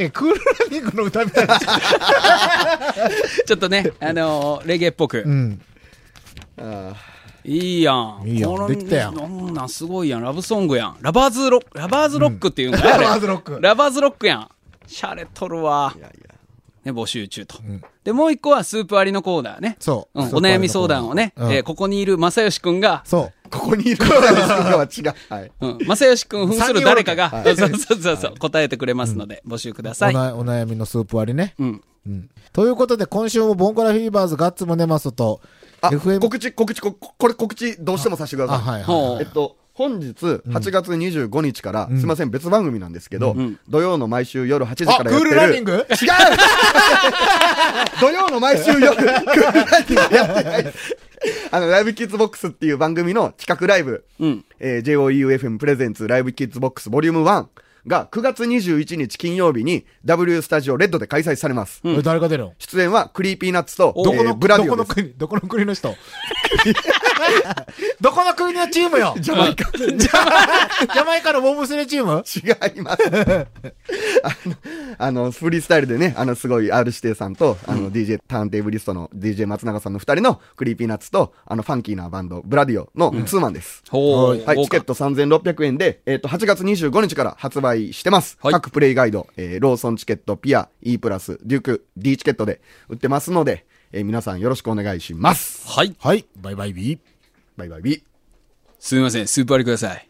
Speaker 2: え、クールランニングの歌みたいな。
Speaker 4: ちょっとね、あのーレゲエっぽく。
Speaker 2: うん。
Speaker 3: あ。あ
Speaker 4: いいやん。
Speaker 2: いいやん
Speaker 4: この
Speaker 2: できたやん
Speaker 4: こんなんすごいやん。ラブソングやん。ラバーズロック、ラバーズロックっていうんか、あれ
Speaker 2: ラバーズロック
Speaker 4: ラバーズロックやん。シャレとるわ
Speaker 3: あ。い。やいや。
Speaker 4: ね、募集中と。で、もう一個はスープありのコーナーね。
Speaker 2: そう
Speaker 4: うん
Speaker 2: スープ
Speaker 4: お
Speaker 2: ありのコーナー
Speaker 4: 悩み相談をね、
Speaker 2: うん
Speaker 4: えーここにいる正義くんが、
Speaker 2: そ
Speaker 3: ここにいる方は違う。はい。
Speaker 4: うん、正義くん扮する誰かが、
Speaker 3: 三人おる
Speaker 4: そうそうそうそう、答えてくれますので、募集くだ
Speaker 2: う。お
Speaker 4: さい。
Speaker 2: なお悩みのスープ割りね。
Speaker 4: うん。
Speaker 2: うん。ということで、今週もボンコラフィーバーズガッツムネマソと、
Speaker 3: あ、
Speaker 2: FM
Speaker 3: 告知、告知、ここれ告知どうしてもさせてくだ
Speaker 2: あ、
Speaker 3: さ。
Speaker 2: はいい
Speaker 4: ほ
Speaker 2: は
Speaker 4: う
Speaker 2: い。
Speaker 3: えっと、本日8月25日から、すいません、別番組なんですけど、
Speaker 4: ん
Speaker 3: 土曜の毎週夜8時
Speaker 2: あ、
Speaker 3: か
Speaker 2: ク
Speaker 3: らやっ
Speaker 2: ー
Speaker 3: てる。
Speaker 2: ルランニング
Speaker 3: 違う 土曜の毎週 夜、クールランニングやってないです。あの、ライブキッズボックスっていう番組の企画ライブ、
Speaker 4: うん。
Speaker 3: えー JOEUFM プレゼンツライブキッズボックスボリューム1が9月21日金曜日に W スタジオレッドで開催されます。
Speaker 2: え誰が出るの
Speaker 3: 出演はクリーピーナッツと、
Speaker 2: どこ
Speaker 3: え
Speaker 2: の、
Speaker 3: ーブラ
Speaker 2: ど
Speaker 3: ディ
Speaker 2: こ
Speaker 3: オ
Speaker 2: の
Speaker 3: です。
Speaker 2: 国、どこの国の人 どこの国のチームよジャマイカ。ジャマイカのボブスレチーム
Speaker 3: 違い ます。あの、あのフリースタイルでね、あの、すごい R 指定さんと、あの、DJ、ターンテーブリストの DJ 松永さんの二人のクリーピーナッツと、あの、ファンキーなバンド、ブラディオのツーマンです。
Speaker 4: ほう。
Speaker 3: はい、
Speaker 4: 豪華
Speaker 3: チケット3600円で、えっ、と、8月25日から発売してます。
Speaker 4: はい
Speaker 3: 各プレイガイド、えーローソンチケット、ピア、E プラス、デューク、D チケットで売ってますので、えー皆さんよろしくお願いします。
Speaker 4: はい。
Speaker 2: はい。バイバイビー。
Speaker 3: バイバイビー。
Speaker 4: すみません、スープありください。